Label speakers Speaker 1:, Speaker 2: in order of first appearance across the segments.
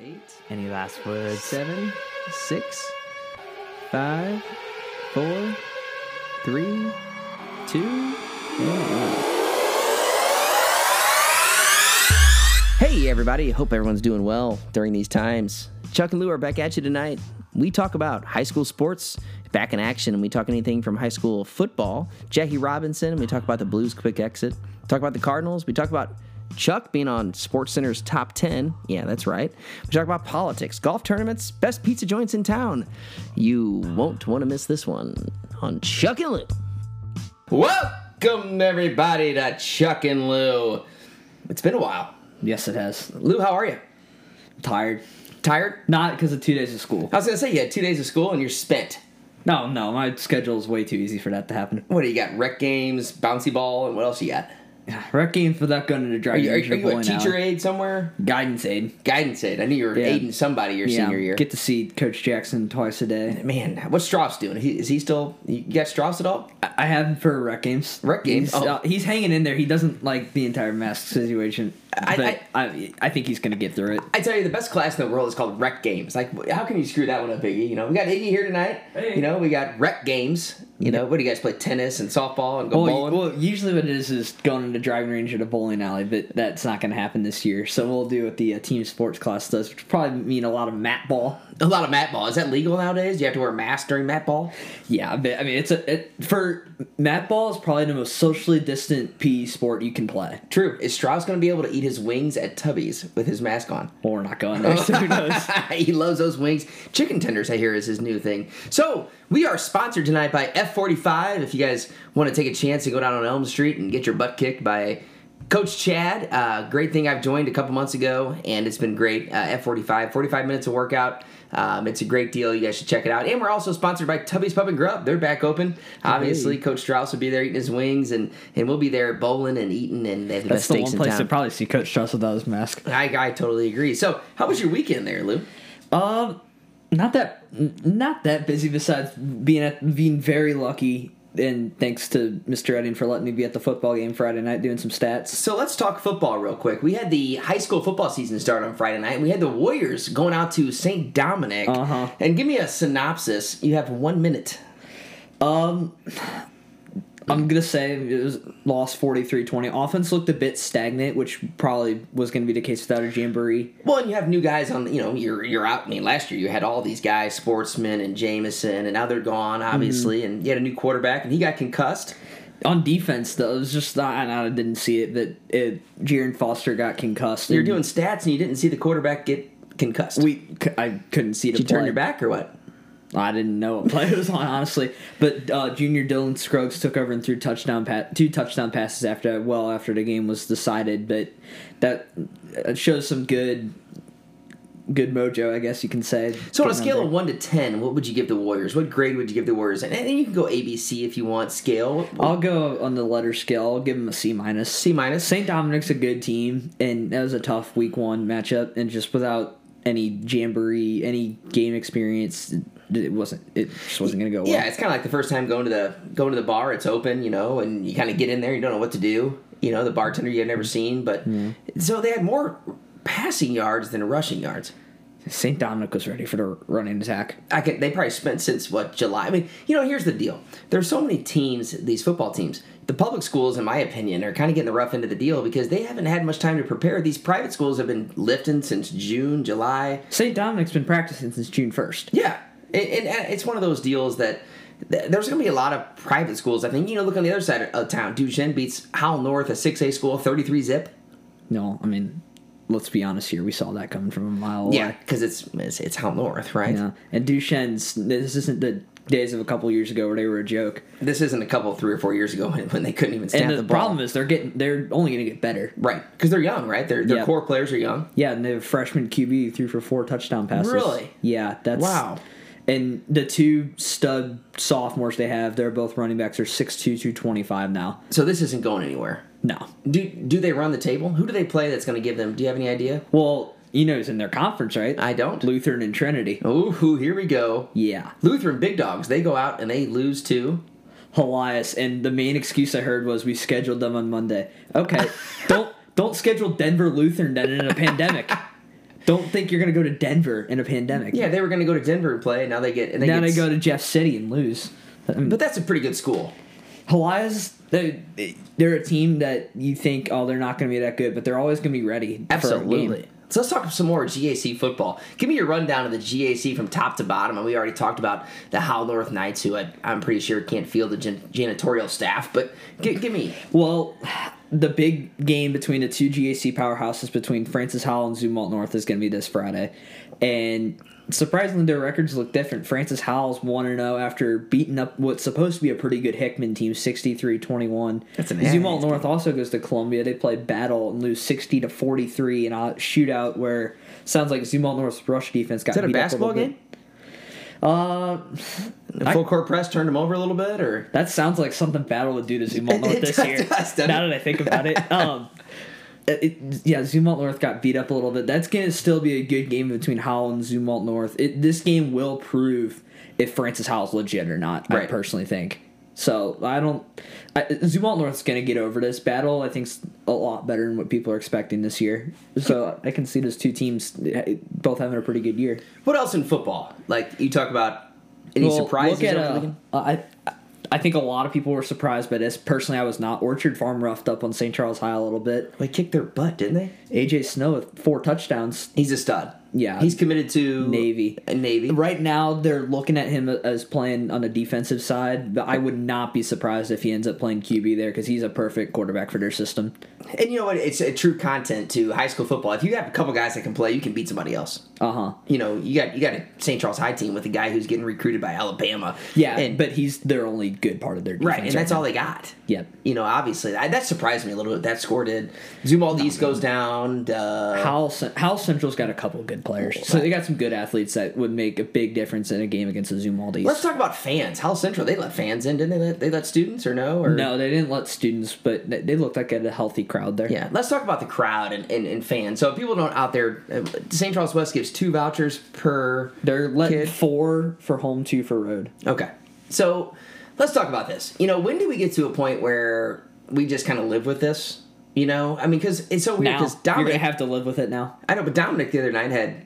Speaker 1: eight,
Speaker 2: Any last words?
Speaker 1: seven, six, five, four, three, two, and one. Hey, everybody. Hope everyone's doing well during these times. Chuck and Lou are back at you tonight. We talk about high school sports back in action, and we talk anything from high school football, Jackie Robinson, and we talk about the Blues' quick exit, talk about the Cardinals, we talk about Chuck being on Sports Center's top 10. Yeah, that's right. We talk about politics, golf tournaments, best pizza joints in town. You won't want to miss this one on Chuck and Lou. Welcome, everybody, to Chuck and Lou. It's been a while.
Speaker 2: Yes, it has.
Speaker 1: Lou, how are you?
Speaker 2: tired.
Speaker 1: Tired?
Speaker 2: Not because of two days of school.
Speaker 1: I was gonna say you had two days of school and you're spent.
Speaker 2: No, no, my schedule is way too easy for that to happen.
Speaker 1: What do you got? Rec games, bouncy ball, and what else you got?
Speaker 2: Wrecking for that gun and a
Speaker 1: Are
Speaker 2: dragon.
Speaker 1: you, are you, are you a
Speaker 2: bowling alley.
Speaker 1: teacher aid somewhere?
Speaker 2: Guidance aid.
Speaker 1: Guidance aid. I knew you were
Speaker 2: Yeah.
Speaker 1: aiding somebody your senior year.
Speaker 2: Get to see Coach Jackson twice a day.
Speaker 1: Man, what's Strauss doing? He, is he still? You got Strauss at all?
Speaker 2: I I have him for rec games.
Speaker 1: Rec games?
Speaker 2: He's,
Speaker 1: Oh.
Speaker 2: uh, he's hanging in there. He doesn't like the entire mask situation,
Speaker 1: I-
Speaker 2: but I, I, think he's gonna get through it.
Speaker 1: I tell you, the best class in the world is called rec games. Like, how can you screw that one up, Iggy? You know, we got Iggy here tonight.
Speaker 2: Hey.
Speaker 1: You know, we got rec games. You know, what do you guys play? Tennis and softball and go
Speaker 2: Well,
Speaker 1: bowling.
Speaker 2: well, usually what it is is going to driving range at a bowling alley, but that's not going to happen this year. So we'll do what the uh, team sports class does, which probably mean a lot of mat ball.
Speaker 1: a lot of mat ball. Is that legal nowadays? Do you have to wear a mask during mat ball?
Speaker 2: Yeah, but, I mean it's a it, for mat ball is probably the most socially distant P sport you can play.
Speaker 1: True. Is Strauss going to be able to eat his wings at Tubby's with his mask on?
Speaker 2: Well, we're not going there, so who knows?
Speaker 1: he loves those wings. Chicken tenders, I hear, is his new thing. So we are sponsored tonight by F45. If you guys want to take a chance to go down on Elm Street and get your butt kicked by Coach Chad, uh, great thing I've joined a couple months ago, and it's been great. Uh, F45, 45 minutes of workout. Um, it's a great deal. You guys should check it out. And we're also sponsored by Tubby's Pub and Grub. They're back open. Obviously, Coach Strauss will be there eating his wings, and, and we'll be there bowling and eating. And they have the
Speaker 2: That's
Speaker 1: best
Speaker 2: the
Speaker 1: steaks
Speaker 2: one
Speaker 1: in
Speaker 2: place
Speaker 1: town.
Speaker 2: to probably see Coach Strauss without his mask.
Speaker 1: I, I totally agree. So, how was your weekend there, Lou?
Speaker 2: Um, not that n- not that busy. Besides being at, being very lucky, and thanks to Mr. Edding for letting me be at the football game Friday night doing some stats.
Speaker 1: So let's talk football real quick. We had the high school football season start on Friday night. We had the Warriors going out to St. Dominic.
Speaker 2: Uh-huh.
Speaker 1: And give me a synopsis. You have one minute.
Speaker 2: Um, I'm gonna say it was lost 43-20. Offense looked a bit stagnant, which probably was gonna be the case without a jamboree.
Speaker 1: Well, and you have new guys on. You know, you're you're out. I mean, last year you had all these guys, Sportsman and Jameson, and now they're gone, obviously. And you had a new quarterback, and he got concussed.
Speaker 2: On defense, though, it was just I, I didn't see it that it, Jaren Foster got concussed.
Speaker 1: You're
Speaker 2: and
Speaker 1: doing stats, and you didn't see the quarterback get concussed.
Speaker 2: we. c- I couldn't see the
Speaker 1: you
Speaker 2: play.
Speaker 1: turned your back or what?
Speaker 2: I didn't know what play it was on, honestly. But uh, junior Dylan Scruggs took over and threw touchdown pa- two touchdown passes after well after the game was decided. But that it shows some good good mojo, I guess you can say.
Speaker 1: So on a scale of one to ten, what would you give the Warriors? What grade would you give the Warriors? And, and you can go ABC if you want. Scale
Speaker 2: I'll go on the letter scale. I'll give them a C minus.
Speaker 1: C minus.
Speaker 2: St. Dominic's a good team, and that was a tough week one matchup. And just without any jamboree, any game experience, it- it wasn't. It just wasn't going to go well.
Speaker 1: Yeah, it's kind of like the first time going to the going to the bar. It's open, you know, and you kind of get in there. You don't know what to do. You know, the bartender you've never seen, but so they had more passing yards than rushing yards.
Speaker 2: St. Dominic was ready for the running attack.
Speaker 1: I could, they probably spent since what July. I mean, you know, here's the deal. There's so many teams, these football teams. The public schools, in my opinion, are kind of getting the rough end of the deal because they haven't had much time to prepare. These private schools have been lifting since June, July.
Speaker 2: St. Dominic's been practicing since June 1st.
Speaker 1: Yeah, and, and, and it's one of those deals that th- there's going to be a lot of private schools. I think you know, look on the other side of town. Duchenne beats Howell North, a six A school, thirty three zip.
Speaker 2: No, I mean, let's be honest here. We saw that coming from a mile
Speaker 1: Yeah,
Speaker 2: away.
Speaker 1: because it's, it's it's Howell North, right?
Speaker 2: Yeah. And Duchenne's, this isn't the days of a couple years ago where they were a joke.
Speaker 1: This isn't a couple three or four years ago when, when they couldn't even snap
Speaker 2: And
Speaker 1: the,
Speaker 2: the,
Speaker 1: ball.
Speaker 2: problem is they're getting, they're only going to get better.
Speaker 1: right? Because they're young, right? Their their
Speaker 2: Yeah.
Speaker 1: core players are young.
Speaker 2: Yeah, and the freshman QB threw for four touchdown passes.
Speaker 1: Really?
Speaker 2: Yeah, that's
Speaker 1: Wow.
Speaker 2: And the two stud sophomores they have, they're both running backs. They're 6'2", 225 now.
Speaker 1: So this isn't going anywhere.
Speaker 2: No,
Speaker 1: Do do they run the table? Who do they play? That's going to give them? Do you have any idea?
Speaker 2: well, you know, it's in their conference, right?
Speaker 1: I Oh. don't.
Speaker 2: Lutheran and Trinity.
Speaker 1: Ooh, here we go.
Speaker 2: Yeah,
Speaker 1: Lutheran big dogs. They go out and they lose to
Speaker 2: Helias, and the main excuse I heard was we scheduled them on Monday. Okay, don't don't schedule Denver Lutheran then in a pandemic. Don't think you're gonna go to Denver in a pandemic.
Speaker 1: Yeah, they were going to go to Denver and play. Now they get and they
Speaker 2: now
Speaker 1: get,
Speaker 2: they go to Jeff City and lose.
Speaker 1: But that's a pretty good school.
Speaker 2: Hawaii's they, they're a team that you think oh they're not going to be that good, but they're always going to be ready. for a game.
Speaker 1: Absolutely. So let's talk some more GAC football. Give me your rundown of the GAC from top to bottom. And we already talked about the Howell North Knights, who I, I'm pretty sure can't field the jan- janitorial staff. But gi- give me
Speaker 2: Well, the big game between the two GAC powerhouses between Francis Howell and Zumwalt North is going to be this Friday, and surprisingly, their records look different. Francis Howell's one and zero after beating up what's supposed to be a pretty good Hickman team, 63-21.
Speaker 3: That's an
Speaker 2: Zumwalt
Speaker 3: ass
Speaker 2: North also goes to Columbia. They play Battle and lose sixty to forty three in a shootout where sounds like Zumwalt North's rush defense got
Speaker 3: Is that a
Speaker 2: beat up
Speaker 3: basketball
Speaker 2: little bit.
Speaker 3: game?
Speaker 2: Uh,
Speaker 1: Um, the full court press. Turned them over a little bit, or
Speaker 2: That sounds like something Battle would do to Zumwalt
Speaker 1: It
Speaker 2: North this
Speaker 1: does,
Speaker 2: year.
Speaker 1: doesn't
Speaker 2: now
Speaker 1: it?
Speaker 2: that I think about it, um, it, it- yeah, Zumwalt North got beat up a little bit. That's gonna still be a good game between Howell and Zumwalt North. It, this game will prove if Francis Howell's legit or not. I
Speaker 1: Right.
Speaker 2: personally think. So I don't. I, Zumwalt North's gonna get over this battle. I think's a lot better than what people are expecting this year. So I can see those two teams eh, both having a pretty good year.
Speaker 1: what else in football? Like you talk about any
Speaker 2: Well,
Speaker 1: surprises?
Speaker 2: Look at,
Speaker 1: over the
Speaker 2: uh,
Speaker 1: weekend?
Speaker 2: I, I think a lot of people were surprised by this. Personally, I was not. Orchard Farm roughed up on St. Charles High a little bit.
Speaker 1: they kicked their butt, didn't they?
Speaker 2: AJ Snow with four touchdowns.
Speaker 1: He's a stud.
Speaker 2: Yeah.
Speaker 1: he's committed to
Speaker 2: Navy.
Speaker 1: uh, Navy.
Speaker 2: Right now, they're looking at him as playing on the defensive side, but I would not be surprised if he ends up playing QB there because he's a perfect quarterback for their system.
Speaker 1: And you know what? It's a true content to high school football. If you have a couple guys that can play, you can beat somebody else.
Speaker 2: Uh huh.
Speaker 1: You know, you got you got a St. Charles High team with a guy who's getting recruited by Alabama.
Speaker 2: Yeah,
Speaker 1: and,
Speaker 2: but he's their only good part of their defense.
Speaker 1: right, and that's all they got.
Speaker 2: Yep.
Speaker 1: You know, obviously I, that surprised me a little bit. That score did. Zoom all
Speaker 2: Oh,
Speaker 1: these goes down. Uh,
Speaker 2: Howell, Cen- Howell Central's got a couple good players, so they got some good athletes that would make a big difference in a game against the Zumaldis.
Speaker 1: let's talk about fans. Howell Central they let fans in, didn't they? Let, they let students or no? Or
Speaker 2: No, they didn't let students, but th- they looked like they had a healthy crowd there.
Speaker 1: Yeah, let's talk about the crowd and, and, and fans. So if people don't out there, uh, St. Charles West gives two vouchers per
Speaker 2: They're letting
Speaker 1: Kid.
Speaker 2: four for home, two for road.
Speaker 1: Okay. So let's talk about this. You know, when do we get to a point where we just kind of live with this? You know, I mean, because it's so weird.
Speaker 2: Now,
Speaker 1: Because
Speaker 2: you're going to
Speaker 1: Dominic,
Speaker 2: have to live with it now.
Speaker 1: I know, but Dominic the other night had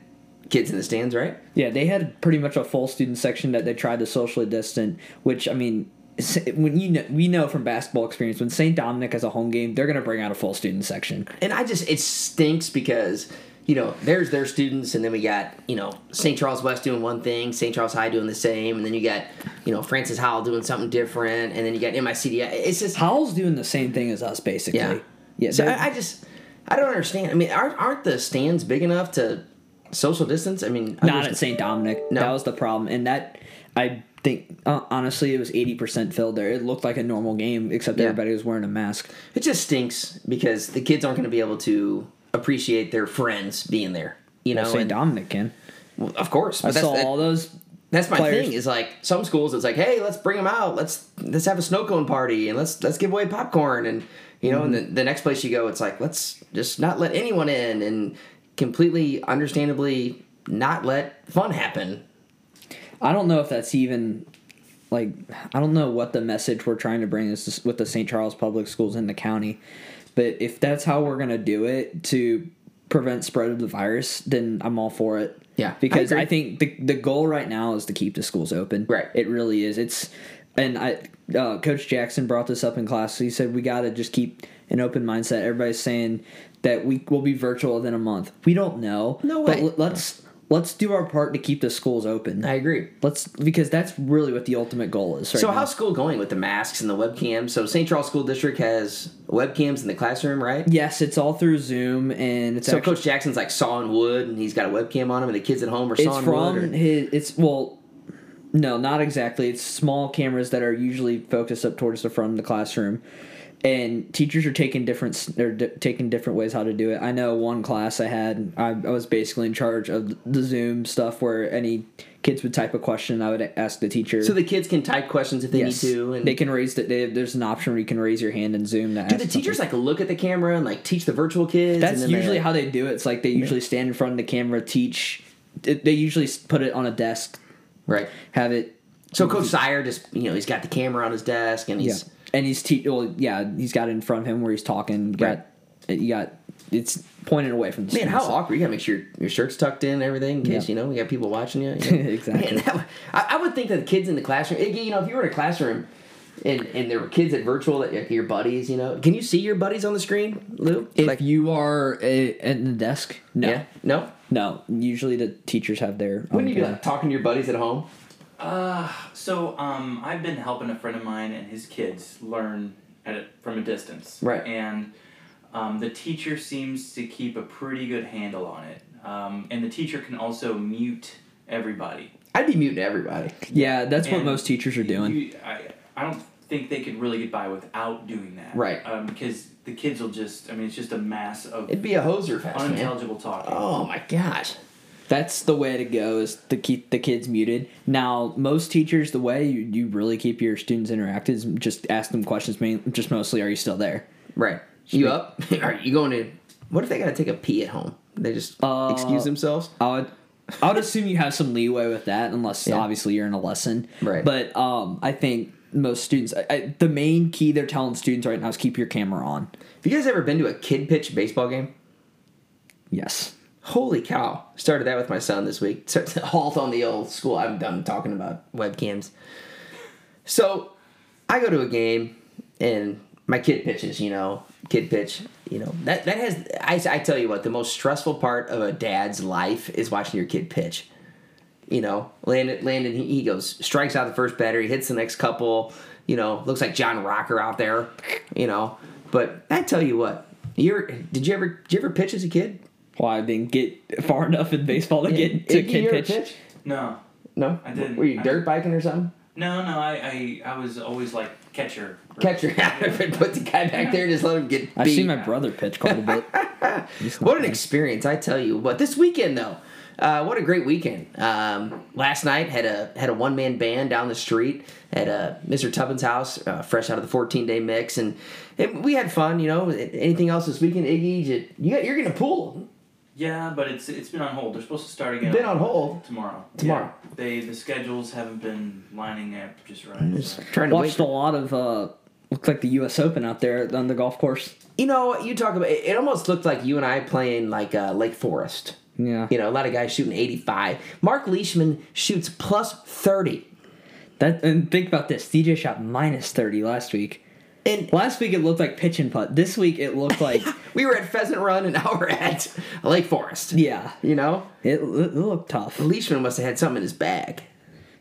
Speaker 1: kids in the stands, right?
Speaker 2: Yeah, they had pretty much a full student section that they tried to socially distant, which, I mean, s- when you know, we know from basketball experience, when St. Dominic has a home game, they're going to bring out a full student section.
Speaker 1: And I just it stinks because you know there's their students, and then we got you know St. Charles West doing one thing, St. Charles High doing the same, and then you got you know Francis Howell doing something different, and then you got MICDI. It's just
Speaker 2: Howell's doing the same thing as us, basically.
Speaker 1: Yeah.
Speaker 2: Yeah,
Speaker 1: So
Speaker 2: they're-
Speaker 1: I, I just I don't understand. I mean, aren't aren't the stands big enough to social distance? I mean,
Speaker 2: not at St. Dominic.
Speaker 1: No.
Speaker 2: That was the problem, and that I think uh, honestly it was eighty percent filled there. It looked like a normal game, except
Speaker 1: Yeah.
Speaker 2: everybody was wearing a mask.
Speaker 1: It just stinks because the kids aren't going to be able to appreciate their friends being there. You know,
Speaker 2: St.
Speaker 1: and-
Speaker 2: Dominic can.
Speaker 1: well, of course.
Speaker 2: I
Speaker 1: But that's,
Speaker 2: saw
Speaker 1: that-
Speaker 2: all those.
Speaker 1: that's my
Speaker 2: players-
Speaker 1: thing. Is like some schools, it's like, hey, let's bring them out. Let's let's have a snow cone party and let's let's give away popcorn and you know. And
Speaker 2: Mm-hmm.
Speaker 1: the, the next place you go, it's like let's just not let anyone in and completely understandably not let fun happen.
Speaker 2: I don't know if that's even like I don't know what the message we're trying to bring is with the St. Charles Public Schools in the county, but if that's how we're gonna do it to prevent spread of the virus, then I'm all for it.
Speaker 1: Yeah, I
Speaker 2: because
Speaker 1: agree.
Speaker 2: I, think the the goal right now is to keep the schools open.
Speaker 1: Right.
Speaker 2: it really is. It's and I uh, Coach Jackson brought this up in class. He said we got to just keep an open mindset. Everybody's saying that we will be virtual within a month. We don't know.
Speaker 1: No
Speaker 2: but
Speaker 1: way.
Speaker 2: l- let's. Let's do our part to keep the schools open.
Speaker 1: I agree.
Speaker 2: Let's because that's really what the ultimate goal is. Right
Speaker 1: So
Speaker 2: now.
Speaker 1: how's school going with the masks and the webcams? So St. Charles School District has webcams in the classroom, right?
Speaker 2: Yes, it's all through Zoom, and it's
Speaker 1: So
Speaker 2: actually,
Speaker 1: Coach Jackson's like sawing wood, and he's got a webcam on him, and the kids at home are
Speaker 2: it's
Speaker 1: sawing
Speaker 2: from
Speaker 1: wood. Or,
Speaker 2: his. It's well, no, not exactly. It's small cameras that are usually focused up towards the front of the classroom, and teachers are taking different s- they're di- taking different ways how to do it. I know one class I had, I, I was basically in charge of the Zoom stuff where any kids would type a question, I would ask the teacher.
Speaker 1: so the kids can type questions if they
Speaker 2: Yes.
Speaker 1: need to, and
Speaker 2: they can raise the, they, there's an option where you can raise your hand in Zoom. To
Speaker 1: do the teachers like look at the camera and like teach the virtual kids.
Speaker 2: That's
Speaker 1: and then they,
Speaker 2: usually
Speaker 1: like-
Speaker 2: how they do it. It's like they usually stand in front of the camera, teach. It- They usually s- put it on a desk,
Speaker 1: right.
Speaker 2: have it.
Speaker 1: So Coach Sire just you know he's got the camera on his desk, and
Speaker 2: Yeah,
Speaker 1: he's
Speaker 2: and he's te- well, yeah, he's got it in front of him where he's talking. Got, You got it's pointed away from the
Speaker 1: Man,
Speaker 2: screen,
Speaker 1: how
Speaker 2: so-
Speaker 1: awkward! You gotta make sure your, your shirt's tucked in, and everything, in case you
Speaker 2: Yeah.
Speaker 1: know you got people watching you. you know.
Speaker 2: Exactly.
Speaker 1: Man, that would- I, I would think that the kids in the classroom, it- you know, if you were in a classroom and and there were kids at virtual that like, your buddies, you know, can you see your buddies on the screen, Lou?
Speaker 2: If
Speaker 1: like,
Speaker 2: you are a, at the desk, no,
Speaker 1: yeah, no.
Speaker 2: no. Usually the teachers have their. own
Speaker 1: Wouldn't you be
Speaker 2: plan.
Speaker 1: like talking to your buddies at home?
Speaker 4: Uh, so um, I've been helping a friend of mine and his kids learn at it from a distance.
Speaker 1: Right.
Speaker 4: And um, the teacher seems to keep a pretty good handle on it. Um, and the teacher can also mute everybody.
Speaker 1: I'd be muting everybody.
Speaker 2: Yeah, that's what
Speaker 4: And
Speaker 2: most teachers are doing.
Speaker 4: you- I, I don't think they could really get by without doing that.
Speaker 1: Right.
Speaker 4: Um, because the kids will just, I mean, it's just a mass of
Speaker 1: It'd be a hoser fest, man.
Speaker 4: unintelligible talking.
Speaker 2: Uh.
Speaker 1: Oh my gosh.
Speaker 2: That's the way to go is to keep the kids muted. Now, most teachers, the way you, you really keep your students interacted is just ask them questions. Main, just mostly, are you still there?
Speaker 1: Right. You up? Are you going to? What if they gotta take a pee at home? They just
Speaker 2: Uh,
Speaker 1: excuse themselves.
Speaker 2: I would, I would assume you have some leeway with that, unless
Speaker 1: Yeah.
Speaker 2: obviously you're in a lesson.
Speaker 1: Right.
Speaker 2: But um, I think most students, I, I, the main key they're telling students right now is keep your camera on.
Speaker 1: Have you guys ever been to a kid pitch baseball game?
Speaker 2: Yes.
Speaker 1: Holy cow! Started that with my son this week. Starts to halt on the old school. I'm done talking about webcams. So, I go to a game, and my kid pitches. You know, kid pitch. You know that that has. I, I tell you what, the most stressful part of a dad's life is watching your kid pitch. You know, Landon. Landon. He, he goes strikes out the first batter. He hits the next couple. You know, looks like John Rocker out there. You know, but I tell you what, you ever did you ever did you ever pitch as a kid?
Speaker 2: Well, I didn't get far enough in baseball to get to
Speaker 1: Iggy, you
Speaker 2: kid
Speaker 1: ever
Speaker 2: pitch.
Speaker 1: pitched?
Speaker 4: No.
Speaker 1: No,
Speaker 4: I didn't.
Speaker 1: Were you
Speaker 4: I-
Speaker 1: dirt biking or something?
Speaker 4: No, no, I, I, I was always like catcher. or-
Speaker 1: Catcher out of it, put the guy back there, and just let him get
Speaker 2: I've
Speaker 1: beat.
Speaker 2: seen my brother pitch quite a bit. He's not
Speaker 1: what an
Speaker 2: bad.
Speaker 1: experience, I tell you. But this weekend though, uh, what a great weekend. Um, last night had a had a one man band down the street at uh, Mr. Tubbin's house, uh, fresh out of the 14 day mix, and it, we had fun. You know, anything else this weekend, Iggy? You, you got, you're getting a pool
Speaker 4: Yeah, but it's it's been on hold. They're supposed to start again.
Speaker 1: Been on hold?
Speaker 4: tomorrow.
Speaker 1: Tomorrow.
Speaker 4: Yeah. They the schedules haven't been lining up just right. so.
Speaker 1: trying to wait.
Speaker 2: watched a lot of uh looks like the US Open out there on the golf course.
Speaker 1: you know, you talk about it, it almost looked like you and I playing like uh, Lake Forest.
Speaker 2: Yeah.
Speaker 1: You know, a lot of guys shooting 85. Mark Leishman shoots plus 30.
Speaker 2: That and think about this. DJ shot minus 30 last week.
Speaker 1: And
Speaker 2: Last week it looked like pitch and putt. This week it looked like
Speaker 1: we were at Pheasant Run and now we're at Lake Forest.
Speaker 2: yeah.
Speaker 1: You know,
Speaker 2: It, it looked tough. He
Speaker 1: Leishman must have had something in his bag.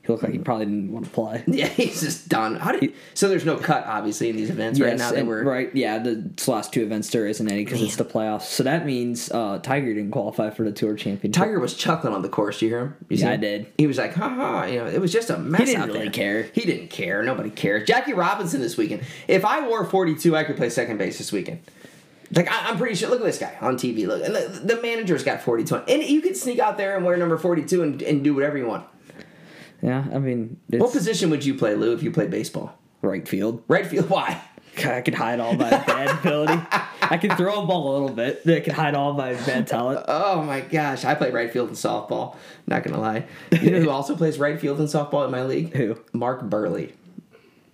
Speaker 2: looked like he probably didn't want to play.
Speaker 1: Yeah, he's just done. How did, so there's no cut, obviously, in these events right
Speaker 2: Yes,
Speaker 1: now that
Speaker 2: and-
Speaker 1: we're.
Speaker 2: right. Yeah, the last two events there isn't any because it's the playoffs. So that means uh, Tiger didn't qualify for the Tour Championship.
Speaker 1: Tiger was chuckling on the course. You hear him? You see
Speaker 2: Yeah, I
Speaker 1: him?
Speaker 2: did.
Speaker 1: He was like, "Ha ha!" You know, it was just a mess.
Speaker 2: didn't
Speaker 1: out
Speaker 2: really
Speaker 1: there.
Speaker 2: care.
Speaker 1: He didn't care. Nobody cares. Jackie Robinson this weekend. If I wore forty-two, I could play second base this weekend. Like I, I'm pretty sure. Look at this guy on TV. Look, and the, the manager's got forty-two, on. and you could sneak out there and wear number forty-two and, and do whatever you want.
Speaker 2: Yeah, I mean, it's
Speaker 1: What position would you play, Lou, if you played baseball?
Speaker 2: right field.
Speaker 1: Right field. Why?
Speaker 2: God, I can hide all my bad ability. I can throw a ball a little bit. That can hide all my bad talent.
Speaker 1: Oh my gosh, I play right field in softball. Not gonna lie. You know who also plays right field in softball in my league?
Speaker 2: Who?
Speaker 1: Mark Burley.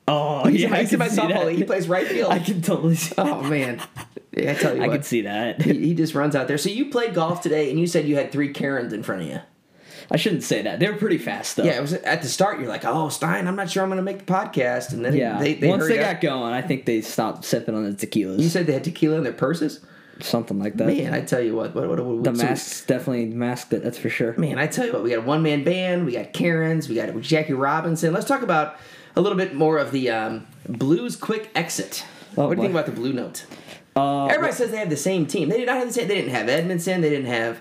Speaker 2: Oh,
Speaker 1: He's
Speaker 2: yeah, I
Speaker 1: next to
Speaker 2: can
Speaker 1: my
Speaker 2: see
Speaker 1: softball. league. He
Speaker 2: that.
Speaker 1: plays right field.
Speaker 2: I can totally see.
Speaker 1: Oh man, yeah, I tell you
Speaker 2: I
Speaker 1: what,
Speaker 2: can see that.
Speaker 1: he, he just runs out there. So you played golf today, and you said you had three Karens in front of you.
Speaker 2: I shouldn't say that. They were pretty fast though.
Speaker 1: Yeah, it was at the start. You're like, oh Stein, I'm not sure I'm going to make the podcast, and then
Speaker 2: yeah.
Speaker 1: they, they
Speaker 2: Once
Speaker 1: hurried
Speaker 2: they
Speaker 1: up.
Speaker 2: got going, I think they stopped sipping on the tequilas,
Speaker 1: You said they had tequila in their purses.
Speaker 2: something like that.
Speaker 1: Man, I tell you what, what, what, what
Speaker 2: the
Speaker 1: so we-
Speaker 2: masks definitely masked it. That's for sure.
Speaker 1: man, I tell you what, we got a one man band, we got Karens, we got Jackie Robinson. Let's talk about a little bit more of the um, Blues quick exit.
Speaker 2: Oh,
Speaker 1: what do you think
Speaker 2: my.
Speaker 1: about the Blue Note?
Speaker 2: Uh,
Speaker 1: Everybody says they have the same team. They did not have the same. They didn't have Edmondson. They didn't have.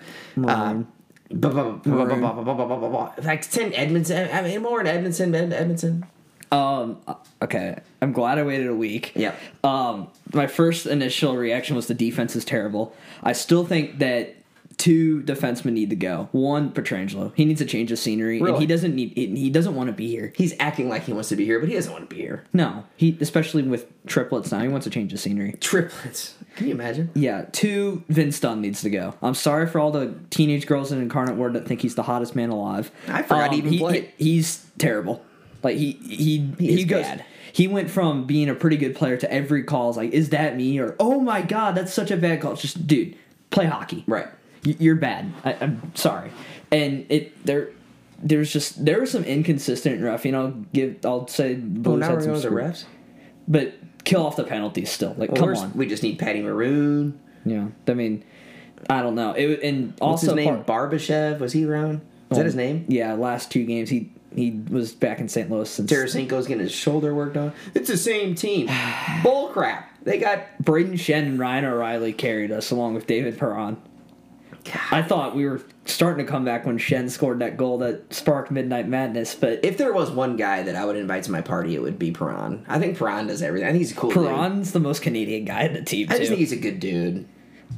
Speaker 1: uh, blah, blah, blah, blah, blah, blah, blah, blah, blah, blah. Like ten Edmondson, I mean more in Edmondson, Ed- Edmondson.
Speaker 2: Um. Okay. I'm glad I waited a week.
Speaker 1: Yep.
Speaker 2: Um. My first initial reaction was the defense is terrible. I still think that two defensemen need to go. One, Petrangelo. He needs a change of scenery, and
Speaker 1: Really?
Speaker 2: he doesn't need. and He doesn't want to be here.
Speaker 1: He's acting like he wants to be here, but he doesn't want to be here.
Speaker 2: No. He especially with triplets now. He wants a change of scenery.
Speaker 1: Triplets. Can you imagine?
Speaker 2: Yeah. Two, Vince Dunn needs to go. I'm sorry for all the teenage girls in Incarnate Word that think he's the hottest man alive. Um,
Speaker 1: I forgot he even
Speaker 2: he,
Speaker 1: played.
Speaker 2: he- he's terrible. Like he he
Speaker 1: He
Speaker 2: he,
Speaker 1: is
Speaker 2: goes.
Speaker 1: bad.
Speaker 2: He went from being a pretty good player to every call is like, is that me? Or oh my god, that's such a bad call. It's Just dude, play hockey.
Speaker 1: Right.
Speaker 2: Y- You're bad. I, I'm sorry. And it there, there's just there was some inconsistent roughing. I'll give. I'll say.
Speaker 1: Well,
Speaker 2: Blues
Speaker 1: Oh, now
Speaker 2: had
Speaker 1: we're
Speaker 2: some
Speaker 1: going to the refs.
Speaker 2: screw- But kill off the penalties still. Like
Speaker 1: Well,
Speaker 2: come
Speaker 1: we're-
Speaker 2: on.
Speaker 1: We just need Patty Maroon.
Speaker 2: Yeah. I mean, I don't know. It and also
Speaker 1: What's his name?
Speaker 2: part-
Speaker 1: Barbashev. Was he around? Is
Speaker 2: Oh.
Speaker 1: that his name?
Speaker 2: Yeah. Last two games he he was back in St. Louis since.
Speaker 1: Tarasenko's getting his shoulder worked on. It's the same team. Bull crap. They got
Speaker 2: Braden Shen and Ryan O'Reilly carried us along with David Perron. I thought we were starting to come back when Shen scored that goal that sparked Midnight Madness, but
Speaker 1: if there was one guy that I would invite to my party, it would be Perron. I think Perron does everything. I think he's a cool dude.
Speaker 2: Perron's the most Canadian guy in the team,
Speaker 1: I just think
Speaker 2: too.
Speaker 1: he's a good dude.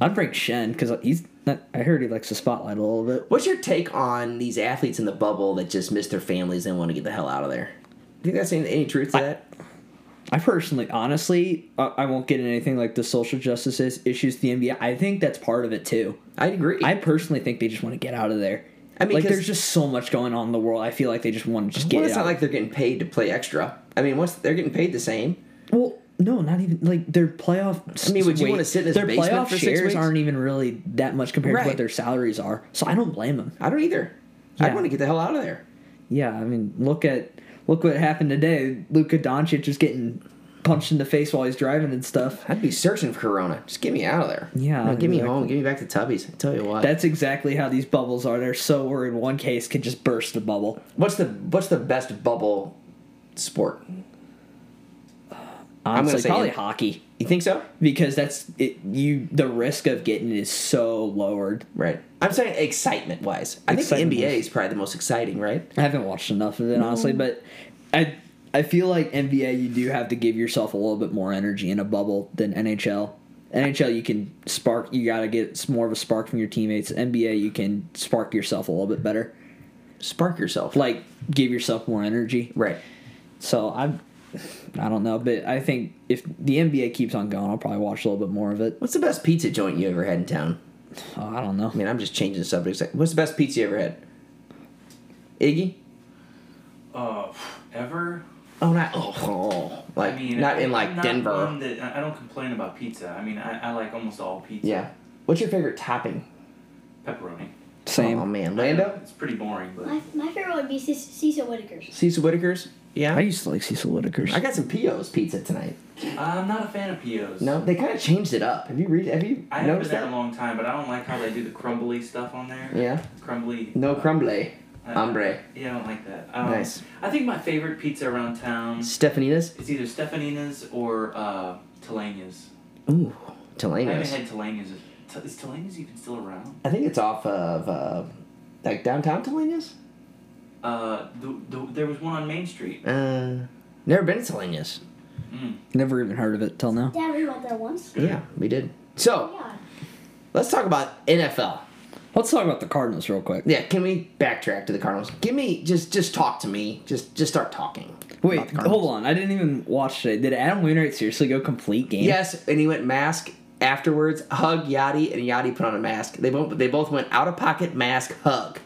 Speaker 2: I'd break Shen because he's. Not, I heard he likes the spotlight a little bit.
Speaker 1: What's your take on these athletes in the bubble that just miss their families and want to get the hell out of there? Do you think that's any, any truth to that?
Speaker 2: I personally, honestly, I, I won't get into anything like the social justice is- issues, the NBA. I think that's part of it, too.
Speaker 1: I agree.
Speaker 2: I personally think they just want to get out of there.
Speaker 1: I mean,
Speaker 2: like,
Speaker 1: 'cause-
Speaker 2: there's just so much going on in the world. I feel like they just want to just get
Speaker 1: well,
Speaker 2: it
Speaker 1: it's
Speaker 2: out.
Speaker 1: not like they're getting paid to play extra. I mean, once they're getting paid the same.
Speaker 2: Well, no, not even like their playoff.
Speaker 1: I mean, would you wanna sit in his
Speaker 2: their
Speaker 1: basement
Speaker 2: playoff
Speaker 1: for six
Speaker 2: shares
Speaker 1: weeks?
Speaker 2: aren't even really that much compared to
Speaker 1: Right.
Speaker 2: what their salaries are. So I don't blame them.
Speaker 1: I don't either. I
Speaker 2: Yeah.
Speaker 1: want to get the hell out of there.
Speaker 2: Yeah, I mean, look at look what happened today. Luka Doncic just getting punched in the face while he's driving and stuff.
Speaker 1: I'd be searching for Corona. Just get me out of there.
Speaker 2: Yeah,
Speaker 1: No, get me
Speaker 2: exactly.
Speaker 1: home. Get me back to Tubby's. I tell you what.
Speaker 2: That's exactly how these bubbles are. They're so worried one case could just burst the bubble.
Speaker 1: what's the what's the best bubble sport? gonna
Speaker 2: Honestly,
Speaker 1: say
Speaker 2: probably
Speaker 1: in-
Speaker 2: hockey
Speaker 1: You think so?
Speaker 2: because that's it. You the risk of getting it is so lowered.
Speaker 1: Right. I'm saying excitement wise. I think the NBA
Speaker 2: Excitement-wise.
Speaker 1: is probably the most exciting, right?
Speaker 2: I haven't watched enough of it honestly, but I I feel like NBA you do have to give yourself a little bit more energy in a bubble than NHL. NHL you can spark you got to get s- more of a spark from your teammates. NBA you can spark yourself a little bit better.
Speaker 1: Spark yourself.
Speaker 2: Like give yourself more energy.
Speaker 1: right.
Speaker 2: So I'm I don't know, but I think if the NBA keeps on going, I'll probably watch a little bit more of it.
Speaker 1: What's the best pizza joint you ever had in town?
Speaker 2: Oh, I don't know.
Speaker 1: I mean, I'm just changing the subject. What's the best pizza you ever had? Iggy?
Speaker 4: Uh, ever?
Speaker 1: Oh, not oh, oh. like
Speaker 4: I mean,
Speaker 1: not in
Speaker 4: I'm
Speaker 1: like
Speaker 4: not
Speaker 1: Denver.
Speaker 4: one that- I I don't complain about pizza. I mean, I, I like almost all pizza.
Speaker 1: Yeah. What's your favorite topping?
Speaker 4: Pepperoni.
Speaker 2: Same.
Speaker 1: Oh man, Lando,
Speaker 4: It's pretty boring, but
Speaker 5: My, my favorite would be Cec- Cecil Whitaker's.
Speaker 1: Cecil Whitaker's. Yeah.
Speaker 2: I used to like Cecil Whitaker's.
Speaker 1: I got some Pio's pizza tonight.
Speaker 4: I'm not a fan of P.O.'s.
Speaker 1: No, they kind of changed it up. Have you read? Have you
Speaker 4: I haven't been
Speaker 1: noticed
Speaker 4: there in
Speaker 1: that?
Speaker 4: a long time, but I don't like how they do the crumbly stuff on there.
Speaker 1: Yeah.
Speaker 4: Crumbly. Uh,
Speaker 1: No crumble,
Speaker 4: I-
Speaker 1: hombre.
Speaker 4: Yeah, I don't like that. Um, mm.
Speaker 1: Nice.
Speaker 4: I think my favorite pizza around town
Speaker 1: Stefanina's.
Speaker 4: is either Stefanina's or uh, Telania's.
Speaker 1: Ooh,
Speaker 4: I haven't
Speaker 1: Telena's.
Speaker 4: had Telania's. T- Is Telania's even still around?
Speaker 1: I think it's off of uh, like downtown Telena's.
Speaker 4: Uh, the, the, there was one on Main Street.
Speaker 1: Uh, never been to Telena's.
Speaker 4: Mm.
Speaker 2: Never even heard of it till now.
Speaker 5: Dad, we went there once.
Speaker 1: Yeah, we did. So
Speaker 5: Yeah.
Speaker 1: let's talk about NFL.
Speaker 2: Let's talk about the Cardinals real quick.
Speaker 1: Yeah, can we backtrack to the Cardinals? Give me just just talk to me. Just just start talking. about
Speaker 2: Wait,
Speaker 1: the Cardinals.
Speaker 2: hold on. I didn't even watch today. Did Adam Wainwright seriously go complete game?
Speaker 1: Yes, and he went mask afterwards. Hug Yachty and Yachty put on a mask. They both they both went out of pocket mask hug.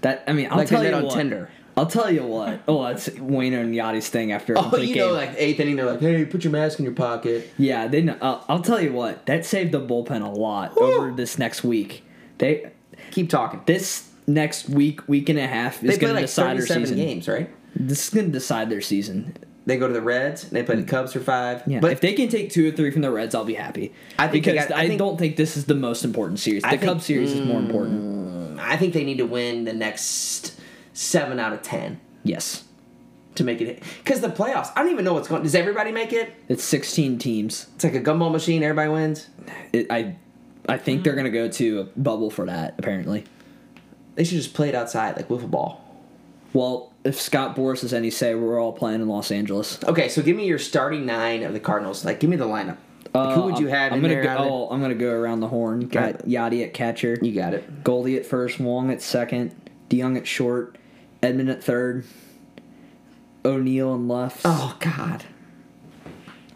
Speaker 2: That I mean, I'll
Speaker 1: Like they
Speaker 2: tell
Speaker 1: did
Speaker 2: you
Speaker 1: on
Speaker 2: what.
Speaker 1: Tinder.
Speaker 2: I'll tell you what. Oh, that's Wainer and Yachty's thing after a
Speaker 1: Oh,
Speaker 2: complete
Speaker 1: you
Speaker 2: game.
Speaker 1: know, like eighth inning, they're like, "Hey, put your mask in your pocket."
Speaker 2: yeah, they. Know, uh, I'll tell you what. That saved the bullpen a lot over this next week. They
Speaker 1: Keep talking.
Speaker 2: this next week, week and a half
Speaker 1: They
Speaker 2: is
Speaker 1: play
Speaker 2: going to
Speaker 1: like
Speaker 2: decide their
Speaker 1: thirty-seven
Speaker 2: season.
Speaker 1: games, right?
Speaker 2: This is going to decide their season.
Speaker 1: They go to the Reds. and They play the Cubs for five.
Speaker 2: Yeah,
Speaker 1: but
Speaker 2: if they can take two or three from the Reds, I'll be happy.
Speaker 1: I think they
Speaker 2: because
Speaker 1: got- I
Speaker 2: I,
Speaker 1: think-
Speaker 2: don't think this is the most important series. The
Speaker 1: I think- mm.
Speaker 2: Cubs series is more important.
Speaker 1: I think they need to win the next seven out of ten
Speaker 2: Yes,
Speaker 1: to make it. Because the playoffs, I don't even know what's going. Does everybody make it?
Speaker 2: it's sixteen teams.
Speaker 1: It's like a gumball machine. Everybody wins.
Speaker 2: it, I I think they're gonna go to a bubble for that. Apparently,
Speaker 1: They should just play it outside, like wiffle ball.
Speaker 2: well, if Scott Boris has any say, we're all playing in Los Angeles.
Speaker 1: Okay, so give me your starting nine of the Cardinals. Like, give me the lineup. Like, who
Speaker 2: Uh,
Speaker 1: would you have?
Speaker 2: I'm
Speaker 1: in
Speaker 2: gonna
Speaker 1: there, out of
Speaker 2: go. Oh, I'm gonna go around the horn. Got Yachty at catcher,
Speaker 1: the- You got it.
Speaker 2: Goldie at first, Wong at second, DeYoung at short, Edmund at third, O'Neill in left.
Speaker 1: Oh God.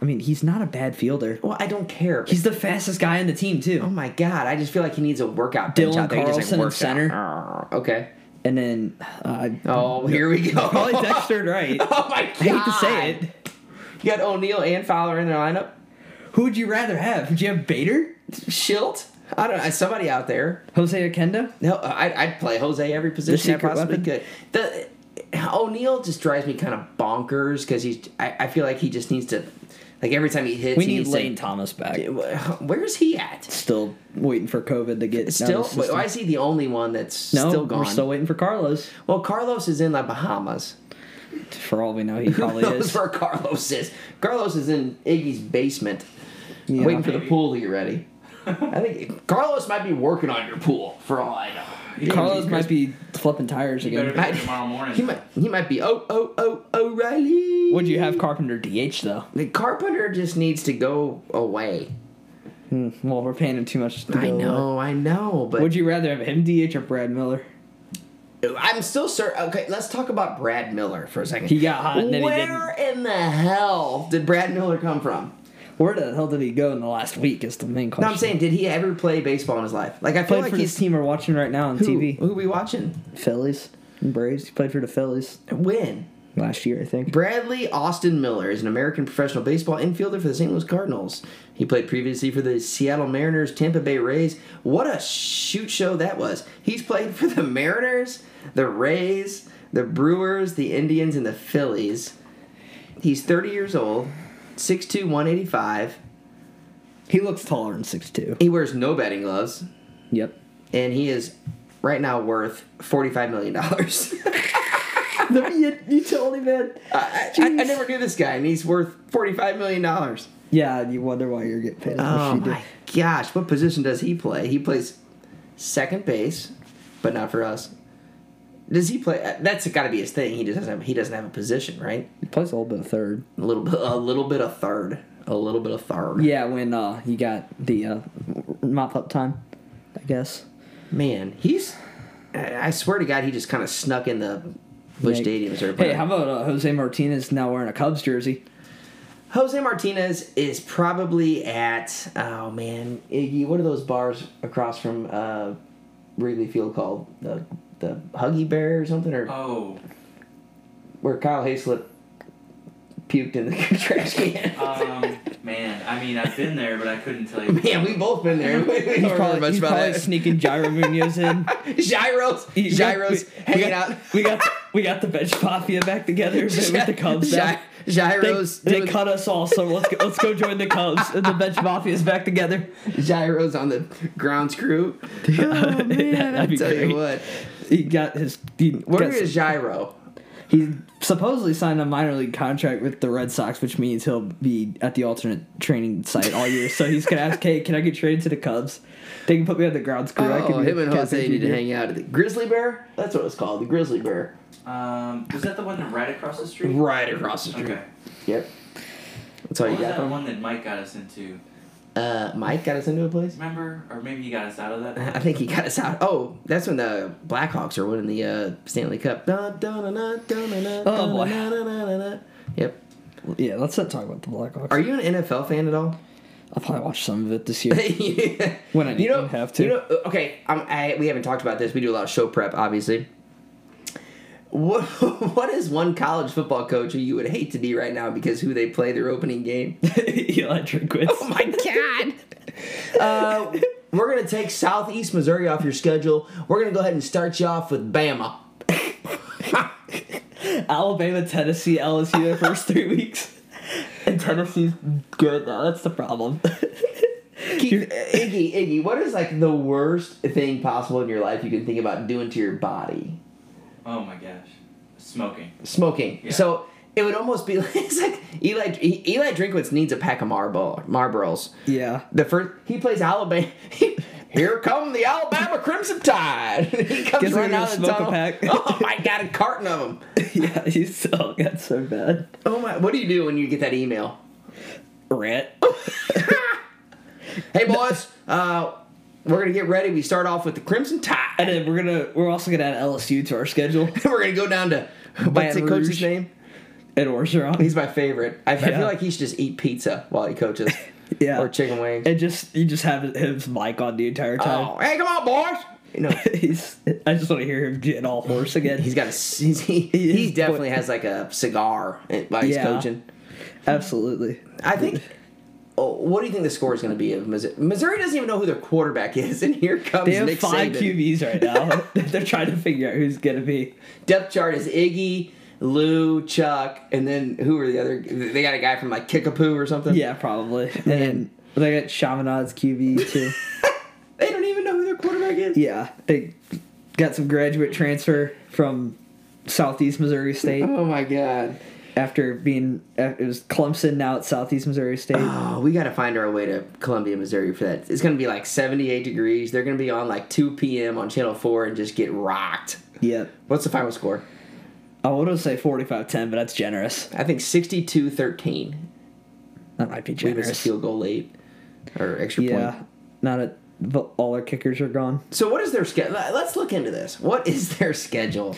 Speaker 2: I mean, he's not a bad fielder.
Speaker 1: Well, I don't care.
Speaker 2: He's the fastest guy in the team
Speaker 1: Oh
Speaker 2: too.
Speaker 1: my god, I just feel like he needs a workout bench
Speaker 2: Dylan
Speaker 1: out there. He just, like,
Speaker 2: Carlson in
Speaker 1: works out.
Speaker 2: center.
Speaker 1: Arr, Okay.
Speaker 2: And then uh,
Speaker 1: Oh, here we go.
Speaker 2: probably Dexter right.
Speaker 1: oh my god.
Speaker 2: I hate to say it.
Speaker 1: You got O'Neal and Fowler in their lineup.
Speaker 2: Who would you rather have? Would you have Bader?
Speaker 1: Schilt. I don't know. Somebody out there.
Speaker 2: Jose Akenda?
Speaker 1: No, I, I'd play Jose every position I
Speaker 2: secret
Speaker 1: possibly
Speaker 2: weapon?
Speaker 1: could. The O'Neal just drives me kind of bonkers because he's. I, I feel like he just needs to, like every time he hits,
Speaker 2: We
Speaker 1: he
Speaker 2: need
Speaker 1: needs
Speaker 2: Lane
Speaker 1: To,
Speaker 2: Thomas back.
Speaker 1: where's he at?
Speaker 2: Still waiting for COVID to get out of
Speaker 1: Still,
Speaker 2: the
Speaker 1: wait,
Speaker 2: system.
Speaker 1: why is he the only one that's
Speaker 2: no,
Speaker 1: still gone?
Speaker 2: we're still waiting for Carlos.
Speaker 1: well, Carlos is in the Bahamas.
Speaker 2: For all we know, he probably
Speaker 1: Who knows
Speaker 2: is.
Speaker 1: where Carlos is? Carlos is in Iggy's basement,
Speaker 2: Yeah.
Speaker 1: waiting for the pool to get ready. I think Carlos might be working on your pool for all I know.
Speaker 2: Carlos might be flipping tires
Speaker 4: You better
Speaker 2: again.
Speaker 4: be there tomorrow morning.
Speaker 1: He might. He might be. Oh, oh, oh, O'Reilly.
Speaker 2: Would you have Carpenter DH though?
Speaker 1: The carpenter just needs to go away.
Speaker 2: Hmm, Well, we're paying him too much. To
Speaker 1: I
Speaker 2: go away.
Speaker 1: know, I know, but
Speaker 2: Would you rather have him DH or Brad Miller?
Speaker 1: I'm still sir. Okay, let's talk about Brad Miller for a second.
Speaker 2: He got hot and then he
Speaker 1: Where in the hell did Brad Miller come from?
Speaker 2: Where the hell did he go in the last week? Is the main question.
Speaker 1: No, I'm saying, did he ever play baseball in his life? Like I feel
Speaker 2: played
Speaker 1: like
Speaker 2: for
Speaker 1: he's
Speaker 2: this team we're watching right now on
Speaker 1: who,
Speaker 2: TV.
Speaker 1: Who we watching?
Speaker 2: Phillies, and Braves. He played for the Phillies
Speaker 1: When?
Speaker 2: last year, I think.
Speaker 1: Bradley Austin Miller is an American professional baseball infielder for the St. Louis Cardinals. He played previously for the Seattle Mariners, Tampa Bay Rays. What a shoot show that was. He's played for the Mariners, the Rays, the Brewers, the Indians, and the Phillies. He's 30 years old, 6'2, 185.
Speaker 2: He looks taller than six two.
Speaker 1: He wears no batting gloves,
Speaker 2: Yep.
Speaker 1: and he is right now worth $45 million. I,
Speaker 2: you, you totally man.
Speaker 1: I, I never knew this guy, and he's worth $45 million.
Speaker 2: Yeah, you wonder why you're getting paid. as much as
Speaker 1: Oh
Speaker 2: you do.
Speaker 1: my gosh, what position does he play? He plays second base, but not for us. Does he play? uh, That's got to be his thing. He just doesn't. Have, he doesn't have a position, right?
Speaker 2: He plays a little bit of third.
Speaker 1: A little bit. A little bit of third. A little bit of third.
Speaker 2: Yeah, when uh, you got the uh, mop up time, I guess.
Speaker 1: Man, he's. I I swear to God, he just kind of snuck in the Bush
Speaker 2: Yeah.
Speaker 1: Stadium. Sort of
Speaker 2: Hey, how about uh, Jose Martinez now wearing a Cubs jersey?
Speaker 1: Jose Martinez is probably at. Oh man, Iggy, what are those bars across from uh, Wrigley Field called? The the Huggy Bear or something or.
Speaker 4: Oh,
Speaker 1: where Kyle Hayslip puked in the trash can.
Speaker 4: um, man. I mean, I've been there, but I couldn't tell you.
Speaker 1: Man, we've both been there. We don't
Speaker 2: He's
Speaker 1: remember
Speaker 2: probably,
Speaker 1: much
Speaker 2: he's
Speaker 1: about
Speaker 2: probably
Speaker 1: that.
Speaker 2: sneaking Gyro Munoz in.
Speaker 1: Gyros,
Speaker 2: He-
Speaker 1: gyros,
Speaker 2: we- we
Speaker 1: hanging
Speaker 2: got-
Speaker 1: out.
Speaker 2: We got we got the bench mafia back together with the Cubs.
Speaker 1: Gy-
Speaker 2: now.
Speaker 1: gyros,
Speaker 2: they, they
Speaker 1: doing-
Speaker 2: cut us all, so let's go, let's go join the Cubs. And the bench mafia is back together.
Speaker 1: gyros on the ground crew. Oh man, I
Speaker 2: That'd be
Speaker 1: tell
Speaker 2: great.
Speaker 1: you what.
Speaker 2: He got his. He,
Speaker 1: Where
Speaker 2: got-
Speaker 1: is Gyro?
Speaker 2: he supposedly signed a minor league contract with the Red Sox, which means he'll be at the alternate training site all year. so he's gonna ask, "Hey, can I get traded to the Cubs? They can put me on the grounds crew. I
Speaker 1: Oh,
Speaker 2: can
Speaker 1: him and Jose
Speaker 2: captain
Speaker 1: need to
Speaker 2: junior."
Speaker 1: hang out at the Grizzly Bear. That's what it's called, the Grizzly Bear.
Speaker 4: Um, was that the one right across the street?
Speaker 1: Right across the street.
Speaker 4: Okay.
Speaker 1: Yep. That's all you
Speaker 4: What was
Speaker 1: got
Speaker 4: that
Speaker 1: from
Speaker 4: one that Mike got us into?
Speaker 1: uh, Mike got us into a place.
Speaker 4: Remember, or maybe you got us out of that.
Speaker 1: I think he got us out. Oh, that's when the Blackhawks are winning the uh, Stanley Cup.
Speaker 2: Oh,
Speaker 1: Oh
Speaker 2: boy.
Speaker 1: Yep.
Speaker 2: Yeah, let's not talk about the Blackhawks.
Speaker 1: Are you an NFL fan at all?
Speaker 2: I'll probably watch some of it this year. When I
Speaker 1: you
Speaker 2: need
Speaker 1: know,
Speaker 2: to, have to.
Speaker 1: You know, okay, um, I, we haven't talked about this. We do a lot of show prep, obviously. What What is one college football coach who you would hate to be right now because who they play their opening game?
Speaker 2: Eli Drinkwitz.
Speaker 1: Oh my god. uh, we're gonna take Southeast Missouri off your schedule. We're gonna go ahead and start you off with Bama.
Speaker 2: Alabama, Tennessee, LSU the first three weeks. And Tennessee's good now. That's the problem.
Speaker 1: Keith, uh, Iggy, Iggy, what is like the worst thing possible in your life you can think about doing to your body?
Speaker 4: Oh my gosh, smoking.
Speaker 1: Smoking.
Speaker 4: Yeah.
Speaker 1: So it would almost be like it's like Eli Eli Drinkwitz needs a pack of Marlboro Marlboros.
Speaker 2: yeah.
Speaker 1: The first he plays Alabama. here come the Alabama Crimson Tide. he comes
Speaker 2: Guess we're
Speaker 1: running
Speaker 2: gonna
Speaker 1: out of the
Speaker 2: smoke a
Speaker 1: tunnel.
Speaker 2: pack.
Speaker 1: oh my god, a carton of them.
Speaker 2: Yeah, you still got so bad.
Speaker 1: Oh my! What do you do when you get that email?
Speaker 2: Rant.
Speaker 1: Hey boys, uh, we're gonna get ready. We start off with the Crimson Tide.
Speaker 2: And then we're gonna we're also gonna add LSU to our schedule
Speaker 1: we're gonna go down to what's the
Speaker 2: Baton
Speaker 1: coach's
Speaker 2: Rouge.
Speaker 1: name?
Speaker 2: at Orgeron.
Speaker 1: He's my favorite. I, I
Speaker 2: Yeah.
Speaker 1: feel like he should just eat pizza while he coaches.
Speaker 2: Yeah.
Speaker 1: Or chicken wings.
Speaker 2: And just you just have his mic on the entire time.
Speaker 1: oh, hey, come on, boys! You know,
Speaker 2: He's I just want to hear him getting all hoarse again.
Speaker 1: he's got a. s- He's, he,
Speaker 2: He is
Speaker 1: he definitely has like a cigar while he's
Speaker 2: Yeah.
Speaker 1: coaching.
Speaker 2: absolutely.
Speaker 1: I think oh, what do you think the score is going to be of Missouri? Missouri doesn't even know who their quarterback is, and here comes
Speaker 2: They have
Speaker 1: Nick
Speaker 2: five
Speaker 1: Saban.
Speaker 2: QBs right now. They're trying to figure out who's gonna be.
Speaker 1: Depth chart is Iggy, Lou, Chuck, and then who are the other? They got a guy from like Kickapoo or something.
Speaker 2: Yeah, probably. And then they got Shamanad's QB too.
Speaker 1: they don't even know who their quarterback is.
Speaker 2: yeah, they got some graduate transfer from Southeast Missouri State
Speaker 1: Oh my god.
Speaker 2: after being uh, it was Clemson. Now it's Southeast Missouri State.
Speaker 1: Oh, we got to find our way to Columbia, Missouri for that. It's going to be like 78 degrees. They're going to be on like 2 p.m. on Channel 4 and just get rocked.
Speaker 2: yep.
Speaker 1: What's the final score?
Speaker 2: I would say 45-10, but that's generous.
Speaker 1: I think 62 13.
Speaker 2: That might
Speaker 1: We
Speaker 2: be
Speaker 1: missed a
Speaker 2: generous.
Speaker 1: field goal late or extra
Speaker 2: Yeah,
Speaker 1: point.
Speaker 2: not a, but all our kickers are gone.
Speaker 1: So, what is their schedule? Let's look into this. What is their schedule?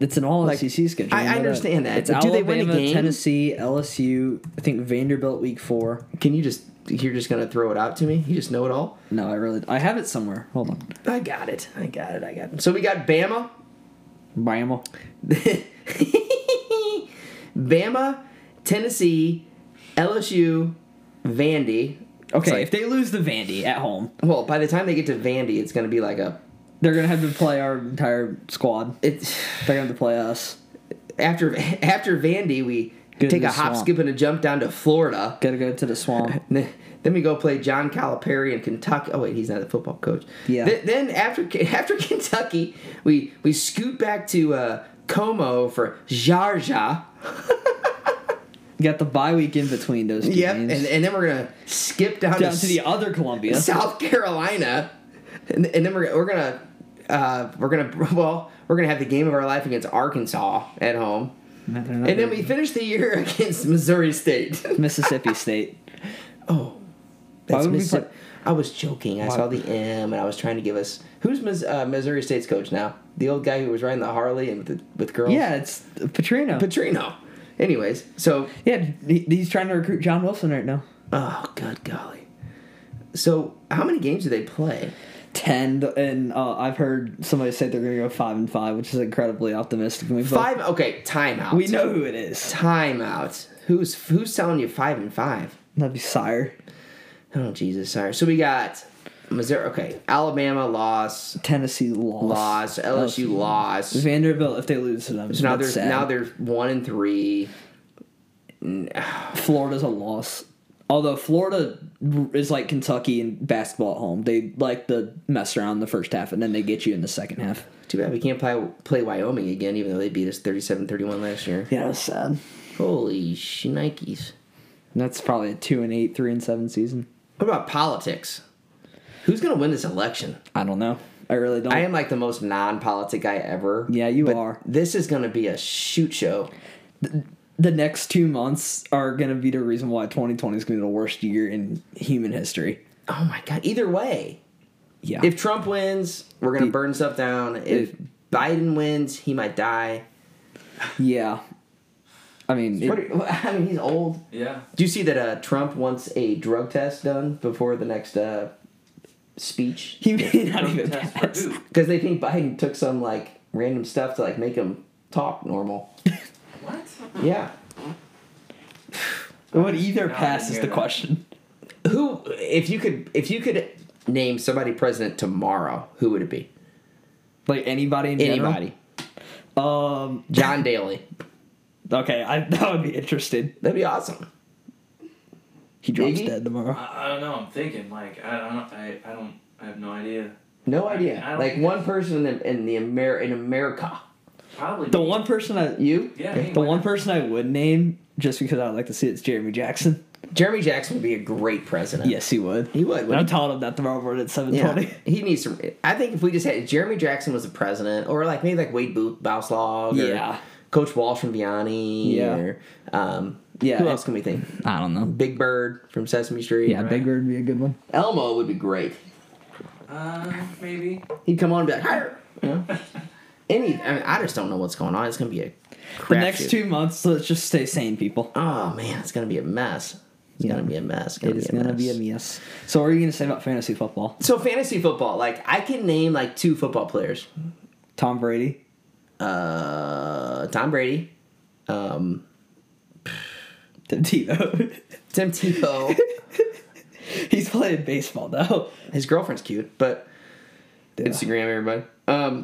Speaker 2: It's an all SEC schedule.
Speaker 1: I- I
Speaker 2: know
Speaker 1: understand that,
Speaker 2: It's
Speaker 1: but do
Speaker 2: Alabama,
Speaker 1: they win a game?
Speaker 2: Tennessee, LSU. I think Vanderbilt week four.
Speaker 1: Can you just, you're just going to throw it out to me? You just know it all?
Speaker 2: No, I really I have it somewhere. Hold on,
Speaker 1: I got it. I got it. I got it. So, we got Bama.
Speaker 2: Bama.
Speaker 1: Bama, Tennessee, LSU, Vandy.
Speaker 2: Okay,
Speaker 1: like-
Speaker 2: if they lose the Vandy at home,
Speaker 1: Well, by the time they get to Vandy, it's going to be like a
Speaker 2: they're gonna have to play our entire squad.
Speaker 1: it's
Speaker 2: They're gonna have to play us.
Speaker 1: after after Vandy we
Speaker 2: Get in
Speaker 1: take
Speaker 2: the
Speaker 1: a hop,
Speaker 2: swamp.
Speaker 1: skip, and a jump down to Florida.
Speaker 2: Gotta go to the swamp.
Speaker 1: Then then we go play John Calipari in Kentucky. Oh wait, he's not the football coach.
Speaker 2: Yeah.
Speaker 1: Th- Then, after after Kentucky, we we scoot back to uh, Como for Georgia.
Speaker 2: You got the bye week in between those two
Speaker 1: Yep. And,
Speaker 2: games.
Speaker 1: and then we're gonna skip down,
Speaker 2: down
Speaker 1: to,
Speaker 2: to the other Columbia.
Speaker 1: South Carolina, and, and then we're we're gonna uh, we're gonna well we're gonna have the game of our life against Arkansas at home, and then we finish the year against Missouri State.
Speaker 2: Mississippi State.
Speaker 1: oh,
Speaker 2: Why
Speaker 1: that's
Speaker 2: would we
Speaker 1: Missi-
Speaker 2: put-
Speaker 1: I was joking. I saw the M, and I was trying to give us who's Mis- uh, Missouri State's coach now? The old guy who was riding the Harley and with, the, with girls.
Speaker 2: Yeah, it's Petrino.
Speaker 1: Petrino. Anyways, so
Speaker 2: yeah, he, he's trying to recruit John Wilson right now.
Speaker 1: oh good golly, so how many games do they play?
Speaker 2: Ten and uh, I've heard somebody say they're gonna go five and five, which is incredibly optimistic. And we both-
Speaker 1: Five. Okay, timeout.
Speaker 2: We know who it is.
Speaker 1: timeout. Who's who's telling you five and five?
Speaker 2: That'd be Sire.
Speaker 1: Oh Jesus, sorry. So we got Missouri. Okay, Alabama loss,
Speaker 2: Tennessee
Speaker 1: loss,
Speaker 2: lost.
Speaker 1: LSU
Speaker 2: Oh,
Speaker 1: loss. So
Speaker 2: Vanderbilt if they lose to them. So
Speaker 1: now there's now there's one and three.
Speaker 2: Florida's a loss. Although Florida is like Kentucky in basketball at home, they like to mess around the first half and then they get you in the second half.
Speaker 1: Too bad we can't play play Wyoming again, even though they beat us 37-31 last year.
Speaker 2: Yeah, that's sad.
Speaker 1: Holy shnikes!
Speaker 2: That's probably a two and eight, three and seven season.
Speaker 1: What about politics? Who's gonna win this election?
Speaker 2: I don't know. I really don't.
Speaker 1: I am like the most non-politic guy ever.
Speaker 2: Yeah, you
Speaker 1: but
Speaker 2: are.
Speaker 1: This is gonna be a shoot show.
Speaker 2: the next two months are going to be the reason why 2020 is going to be the worst year in human history.
Speaker 1: Oh my god! Either way,
Speaker 2: Yeah.
Speaker 1: If Trump wins, we're gonna burn stuff down. If Biden wins, he might die.
Speaker 2: yeah. I mean, it-
Speaker 1: What are- I mean, he's old.
Speaker 4: Yeah.
Speaker 1: Do you see that uh, Trump wants a drug test done before the next uh, speech?
Speaker 2: he may not even
Speaker 4: Protest for
Speaker 2: pass.
Speaker 4: who?
Speaker 1: Because they think Biden took some like random stuff to like make him talk normal.
Speaker 4: What?
Speaker 1: Yeah.
Speaker 2: Would either
Speaker 4: No, I
Speaker 2: pass
Speaker 4: didn't
Speaker 2: is
Speaker 4: hear
Speaker 2: the
Speaker 4: that.
Speaker 2: question.
Speaker 1: Who, if you could, if you could name somebody president tomorrow, who would it be?
Speaker 2: Like anybody in general?
Speaker 1: Anybody.
Speaker 2: Um.
Speaker 1: John Daly.
Speaker 2: Okay, I that would be interesting.
Speaker 1: That'd be awesome.
Speaker 2: He drops
Speaker 1: Iggy?
Speaker 2: dead tomorrow.
Speaker 4: I, I don't know. I'm thinking. Like I, I don't. I, I don't. I have no idea.
Speaker 1: No
Speaker 4: I-
Speaker 1: idea.
Speaker 4: I don't
Speaker 1: like
Speaker 4: think
Speaker 1: one person in the, in the Amer in America.
Speaker 4: Probably
Speaker 2: The
Speaker 4: me.
Speaker 2: one person I
Speaker 1: You?
Speaker 4: Yeah. me,
Speaker 2: the
Speaker 4: why
Speaker 2: one
Speaker 4: not?
Speaker 2: person I would name just because I'd like to see it's Jeremy Jackson.
Speaker 1: Jeremy Jackson would be a great president.
Speaker 2: Yes, he would.
Speaker 1: He would.
Speaker 2: And I'm telling him that tomorrow morning at seven
Speaker 1: yeah.
Speaker 2: twenty.
Speaker 1: He needs some. I think if we just had Jeremy Jackson was the president, or like maybe like Wade Booth, Bauslog, or
Speaker 2: Yeah.
Speaker 1: Coach Walsh from Vianney,
Speaker 2: Yeah.
Speaker 1: or um,
Speaker 2: Yeah.
Speaker 1: who else can we think?
Speaker 2: I don't know.
Speaker 1: Big Bird from Sesame Street.
Speaker 2: Yeah, Big Bird would be a good one.
Speaker 1: Elmo would be great.
Speaker 4: Uh, maybe.
Speaker 1: He'd come on and be like, hire. You know? Any, I, mean, I just don't know what's going on. It's gonna be a crap
Speaker 2: The next two months, let's just stay sane, people.
Speaker 1: Oh man, it's gonna be a mess. It's
Speaker 2: Yeah.
Speaker 1: gonna be a mess.
Speaker 2: It is gonna be a mess. So, what are you gonna say about fantasy football?
Speaker 1: So fantasy football, like I can name like two football players.
Speaker 2: Tom Brady.
Speaker 1: uh, Tom Brady. Um,
Speaker 2: Tim Tebow.
Speaker 1: Tim Tebow.
Speaker 2: He's playing baseball now.
Speaker 1: His girlfriend's cute, but Instagram everybody. Um,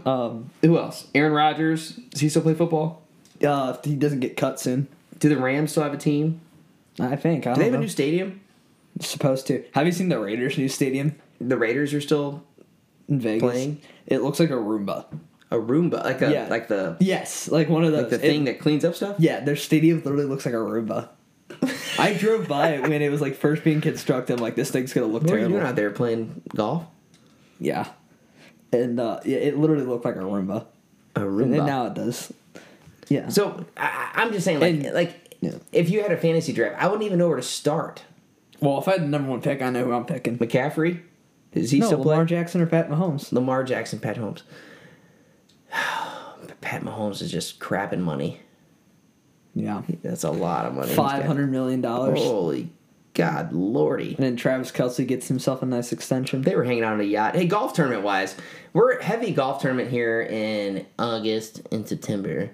Speaker 2: Um,
Speaker 1: who else? Aaron Rodgers. Does he still play football?
Speaker 2: uh, if he doesn't get cut soon,
Speaker 1: Do the Rams still have a team?
Speaker 2: I think. I
Speaker 1: Do they have
Speaker 2: don't
Speaker 1: a
Speaker 2: know.
Speaker 1: new stadium?
Speaker 2: supposed to. Have you seen the Raiders' new stadium
Speaker 1: The Raiders are still
Speaker 2: in Vegas?
Speaker 1: Playing?
Speaker 2: It looks like a Roomba.
Speaker 1: a Roomba, like a
Speaker 2: Yeah.
Speaker 1: like the
Speaker 2: Yes, like one of
Speaker 1: like
Speaker 2: those.
Speaker 1: the
Speaker 2: It-
Speaker 1: thing that cleans up stuff.
Speaker 2: yeah, their stadium literally looks like a Roomba. I drove by it when it was like first being constructed. I'm like, this thing's gonna look
Speaker 1: What are you
Speaker 2: terrible.
Speaker 1: doing out there playing golf?
Speaker 2: Yeah, and uh, yeah, it literally looked like a Roomba,
Speaker 1: A
Speaker 2: and
Speaker 1: Roomba.
Speaker 2: then now it does. Yeah.
Speaker 1: so I, I- I'm just saying, like,
Speaker 2: And-
Speaker 1: like
Speaker 2: Yeah.
Speaker 1: if you had a fantasy draft, I wouldn't even know where to start.
Speaker 2: well, if I had the number one pick, I know who I'm picking.
Speaker 1: McCaffrey, is he
Speaker 2: no,
Speaker 1: still
Speaker 2: Lamar
Speaker 1: playing?
Speaker 2: Jackson or Pat Mahomes.
Speaker 1: Lamar Jackson, Pat Holmes. Pat Mahomes is just crapping money.
Speaker 2: Yeah, Oh.
Speaker 1: That's a lot of money. he's got.
Speaker 2: five hundred million dollars.
Speaker 1: Holy God, Lordy.
Speaker 2: And then Travis Kelsey gets himself a nice extension.
Speaker 1: They were hanging out on a yacht. Hey, golf tournament wise, we're at heavy golf tournament here in August and September.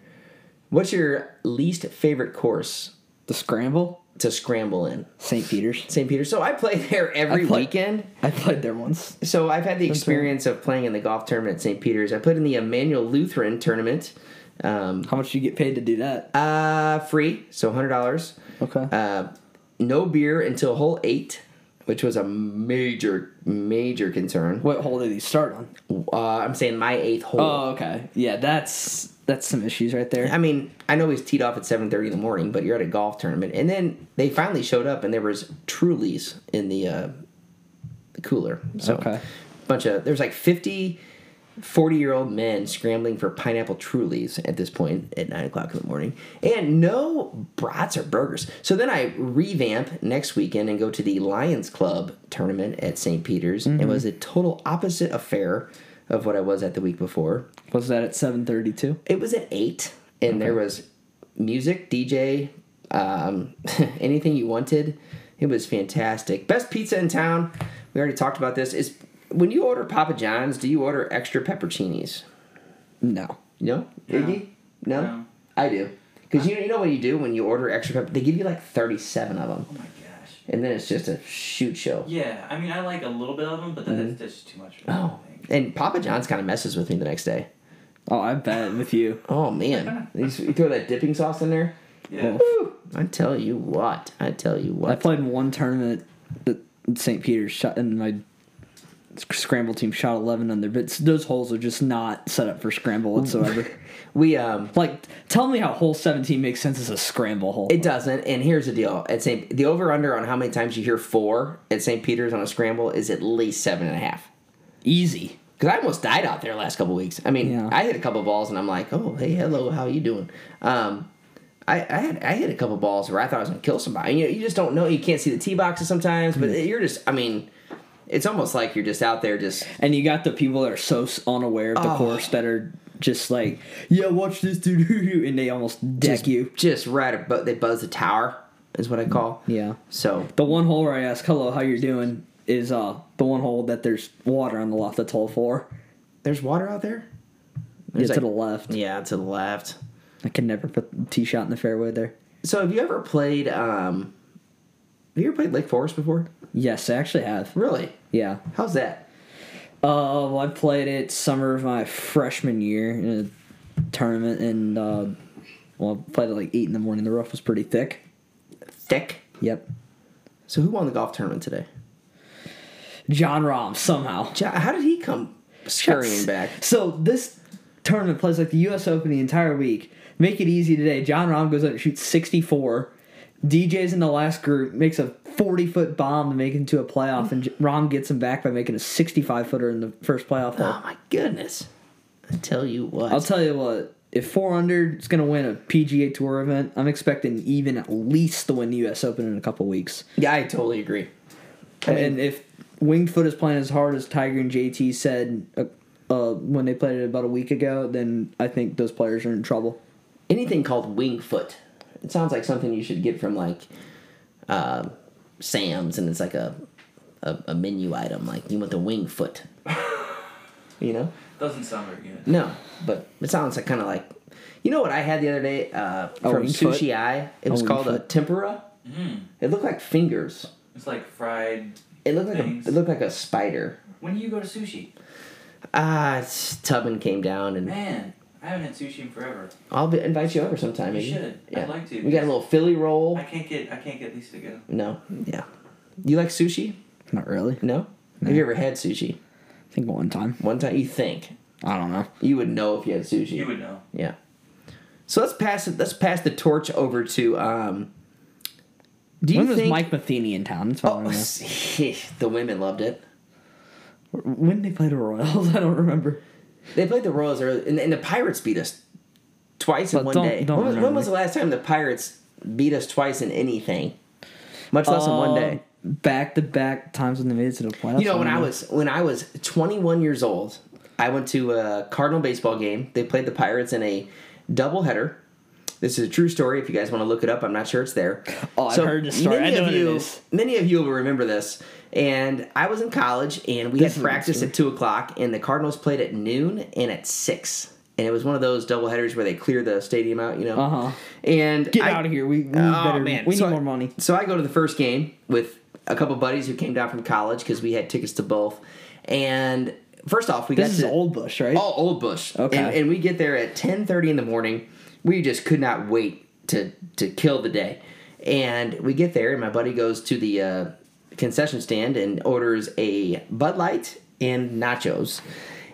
Speaker 1: What's your least favorite course
Speaker 2: The scramble,
Speaker 1: to scramble in?
Speaker 2: St. Peter's.
Speaker 1: St. Peter's. So I play there every
Speaker 2: I play-
Speaker 1: weekend.
Speaker 2: I played there once.
Speaker 1: So I've had the experience of playing in the golf tournament at St. Peter's. I played in the Emmanuel Lutheran tournament. Um,
Speaker 2: How much do you get paid to do that?
Speaker 1: uh, free, so hundred dollars.
Speaker 2: Okay.
Speaker 1: Uh, no beer until hole eight, which was a major, major concern.
Speaker 2: what hole did he start on?
Speaker 1: Uh, I'm saying my eighth hole.
Speaker 2: Oh, okay. Yeah, that's that's some issues right there.
Speaker 1: I mean, I know he's teed off at seven thirty in the morning, but you're at a golf tournament, and then they finally showed up, and there was Trulies in the, uh, the cooler. So,
Speaker 2: Okay.
Speaker 1: bunch of there's like 50 40 year old men scrambling for pineapple Trulies at this point at nine o'clock in the morning, and no brats or burgers. So then I revamp next weekend and go to the Lions Club tournament at St. Peter's. It was a total opposite affair of what I was at the week before.
Speaker 2: Was that at seven thirty two?
Speaker 1: It was at eight, and there was music, DJ, um, anything you wanted. It was fantastic. Best pizza in town. We already talked about this. Is when you order Papa John's, do you order extra pepperoncinis?
Speaker 2: No.
Speaker 1: No, Iggy. No,
Speaker 4: No.
Speaker 1: I do. Because you, you know what you do when you order extra pepper. They give you like thirty-seven of them,
Speaker 4: Oh my gosh.
Speaker 1: and then it's just a shoot show.
Speaker 4: Yeah, I mean, I like a little bit of them, but that, that's just too much. For me, I
Speaker 1: Mm-hmm. Oh,
Speaker 4: think.
Speaker 1: and Papa John's kind of messes with me the next day.
Speaker 2: Oh, I bet with you.
Speaker 1: Oh man, you s- you throw that dipping sauce in there.
Speaker 4: Yeah.
Speaker 1: Whew. I tell you what. I tell you what.
Speaker 2: I played in one tournament that St. Peter's shot, and my sc- scramble team shot eleven under. But s- those holes are just not set up for scramble whatsoever.
Speaker 1: We um
Speaker 2: like, tell me how hole seventeen makes sense as a scramble hole.
Speaker 1: it doesn't. And here's the deal: at St. the over under on how many times you hear four at St. Peter's on a scramble is at least seven and a half.
Speaker 2: Easy.
Speaker 1: Because I almost died out there last couple weeks. I mean,
Speaker 2: Yeah.
Speaker 1: I hit a couple balls and I'm like, oh hey hello how you doing? Um, I I, had, I hit a couple balls where I thought I was gonna kill somebody. You know, you just don't know. You can't see the tee boxes sometimes, but you're just I mean. It's almost like you're just out there, just
Speaker 2: And you got the people that are so s- unaware of the
Speaker 1: Oh.
Speaker 2: course that are just like, yeah, watch this dude, and they almost deck
Speaker 1: just,
Speaker 2: you.
Speaker 1: just right above. They buzz the tower, is what I call.
Speaker 2: Yeah.
Speaker 1: So
Speaker 2: The one hole where I ask, "Hello, how you doing?" is uh the one hole that there's water on the left. That's hole four.
Speaker 1: there's water out there. There's
Speaker 2: It's to the
Speaker 1: like-
Speaker 2: left.
Speaker 1: Yeah, to the left.
Speaker 2: I can never put the tee shot in the fairway there.
Speaker 1: So have you ever played um have you ever played Lake Forest before?
Speaker 2: Yes, I actually have.
Speaker 1: Really?
Speaker 2: Yeah.
Speaker 1: How's that?
Speaker 2: Uh, well, I played it summer of my freshman year in a tournament, and uh, well, I played at like eight in the morning. The rough was pretty thick.
Speaker 1: Thick.
Speaker 2: Yep.
Speaker 1: So who won the golf tournament today?
Speaker 2: John Rom somehow.
Speaker 1: Jo- How did he come scurrying back?
Speaker 2: So this tournament plays like the U.S. Open the entire week. Make it easy today. John Rahm goes out and shoots 64. DJ's in the last group makes a 40 foot bomb to make it into a playoff, and J- Rahm gets him back by making a 65 footer in the first playoff hole.
Speaker 1: Oh my goodness. I tell you what.
Speaker 2: I'll tell you what. If four under is going to win a PGA Tour event, I'm expecting even at least to win the U.S. Open in a couple weeks.
Speaker 1: yeah, I totally agree. I mean-
Speaker 2: and if Wingfoot is playing as hard as Tiger and JT said uh, uh, when they played it about a week ago, then I think those players are in trouble.
Speaker 1: Anything called Wingfoot. It sounds like something you should get from like um Sam's and it's like a a, a menu item. Like you want the Wingfoot. you know?
Speaker 4: Doesn't sound very good.
Speaker 1: No, but it sounds like kind of like you know what I had the other day uh,
Speaker 2: A
Speaker 1: from
Speaker 2: winged
Speaker 1: Sushi
Speaker 2: foot?
Speaker 1: Eye. It was
Speaker 2: winged
Speaker 1: called a
Speaker 2: foot.
Speaker 1: tempura,
Speaker 4: Mm,
Speaker 1: It looked like fingers.
Speaker 4: it's like fried.
Speaker 1: It looked like
Speaker 4: Things.
Speaker 1: a, it looked like a spider.
Speaker 4: When do you go to sushi?
Speaker 1: Ah, it's- Tubman came down and
Speaker 4: Man, I haven't had sushi in forever.
Speaker 1: I'll be, invite you over sometime.
Speaker 4: You
Speaker 1: maybe.
Speaker 4: should.
Speaker 1: Yeah.
Speaker 4: I'd like to.
Speaker 1: We got a little Philly roll.
Speaker 4: I can't get I can't get Lisa to go.
Speaker 1: No. Yeah. You like sushi?
Speaker 2: Not really.
Speaker 1: No. Have you ever had sushi?
Speaker 2: I think one time.
Speaker 1: One time you think
Speaker 2: I don't know.
Speaker 1: you would know if you had sushi.
Speaker 4: You would know.
Speaker 1: Yeah. So let's pass it. Let's pass the torch over to. um Do you
Speaker 2: When was
Speaker 1: think?
Speaker 2: Mike Matheny in town? That's what I
Speaker 1: oh,
Speaker 2: wanna know.
Speaker 1: the women loved it.
Speaker 2: When did they play the Royals? I don't remember.
Speaker 1: They played the Royals early, and, and the Pirates beat us twice in
Speaker 2: But
Speaker 1: one
Speaker 2: don't-
Speaker 1: day.
Speaker 2: don't
Speaker 1: when, was, when
Speaker 2: remember.
Speaker 1: was the last time the Pirates beat us twice in anything? Much less in
Speaker 2: Um,
Speaker 1: one day.
Speaker 2: Back to back times when they made it to the playoffs.
Speaker 1: You know, when I was when I was 21 years old, I went to a Cardinal baseball game. They played the Pirates in a doubleheader. This is a true story. If you guys want to look it up, I'm not sure it's there.
Speaker 2: Oh, I've heard this story.
Speaker 1: Many
Speaker 2: I know
Speaker 1: of
Speaker 2: what it
Speaker 1: you,
Speaker 2: is.
Speaker 1: many of you will remember this. And I was in college, and we
Speaker 2: This is
Speaker 1: had
Speaker 2: a good
Speaker 1: practice
Speaker 2: story.
Speaker 1: at two o'clock, and the Cardinals played at noon and at six. And it was one of those doubleheaders where they clear the stadium out, you know.
Speaker 2: Uh-huh.
Speaker 1: And
Speaker 2: Get
Speaker 1: I-
Speaker 2: out of here. We, we need
Speaker 1: Oh,
Speaker 2: better.
Speaker 1: man.
Speaker 2: We need
Speaker 1: So I-
Speaker 2: more money.
Speaker 1: so I go to the first game with a couple buddies who came down from college because we had tickets to both. And first off, we
Speaker 2: This
Speaker 1: got
Speaker 2: is
Speaker 1: to,
Speaker 2: Old Bush, right?
Speaker 1: all Oh, Old Bush.
Speaker 2: Okay.
Speaker 1: And, and we get there at ten thirty in the morning. We just could not wait to to kill the day. And we get there, and my buddy goes to the uh, concession stand and orders a Bud Light and nachos.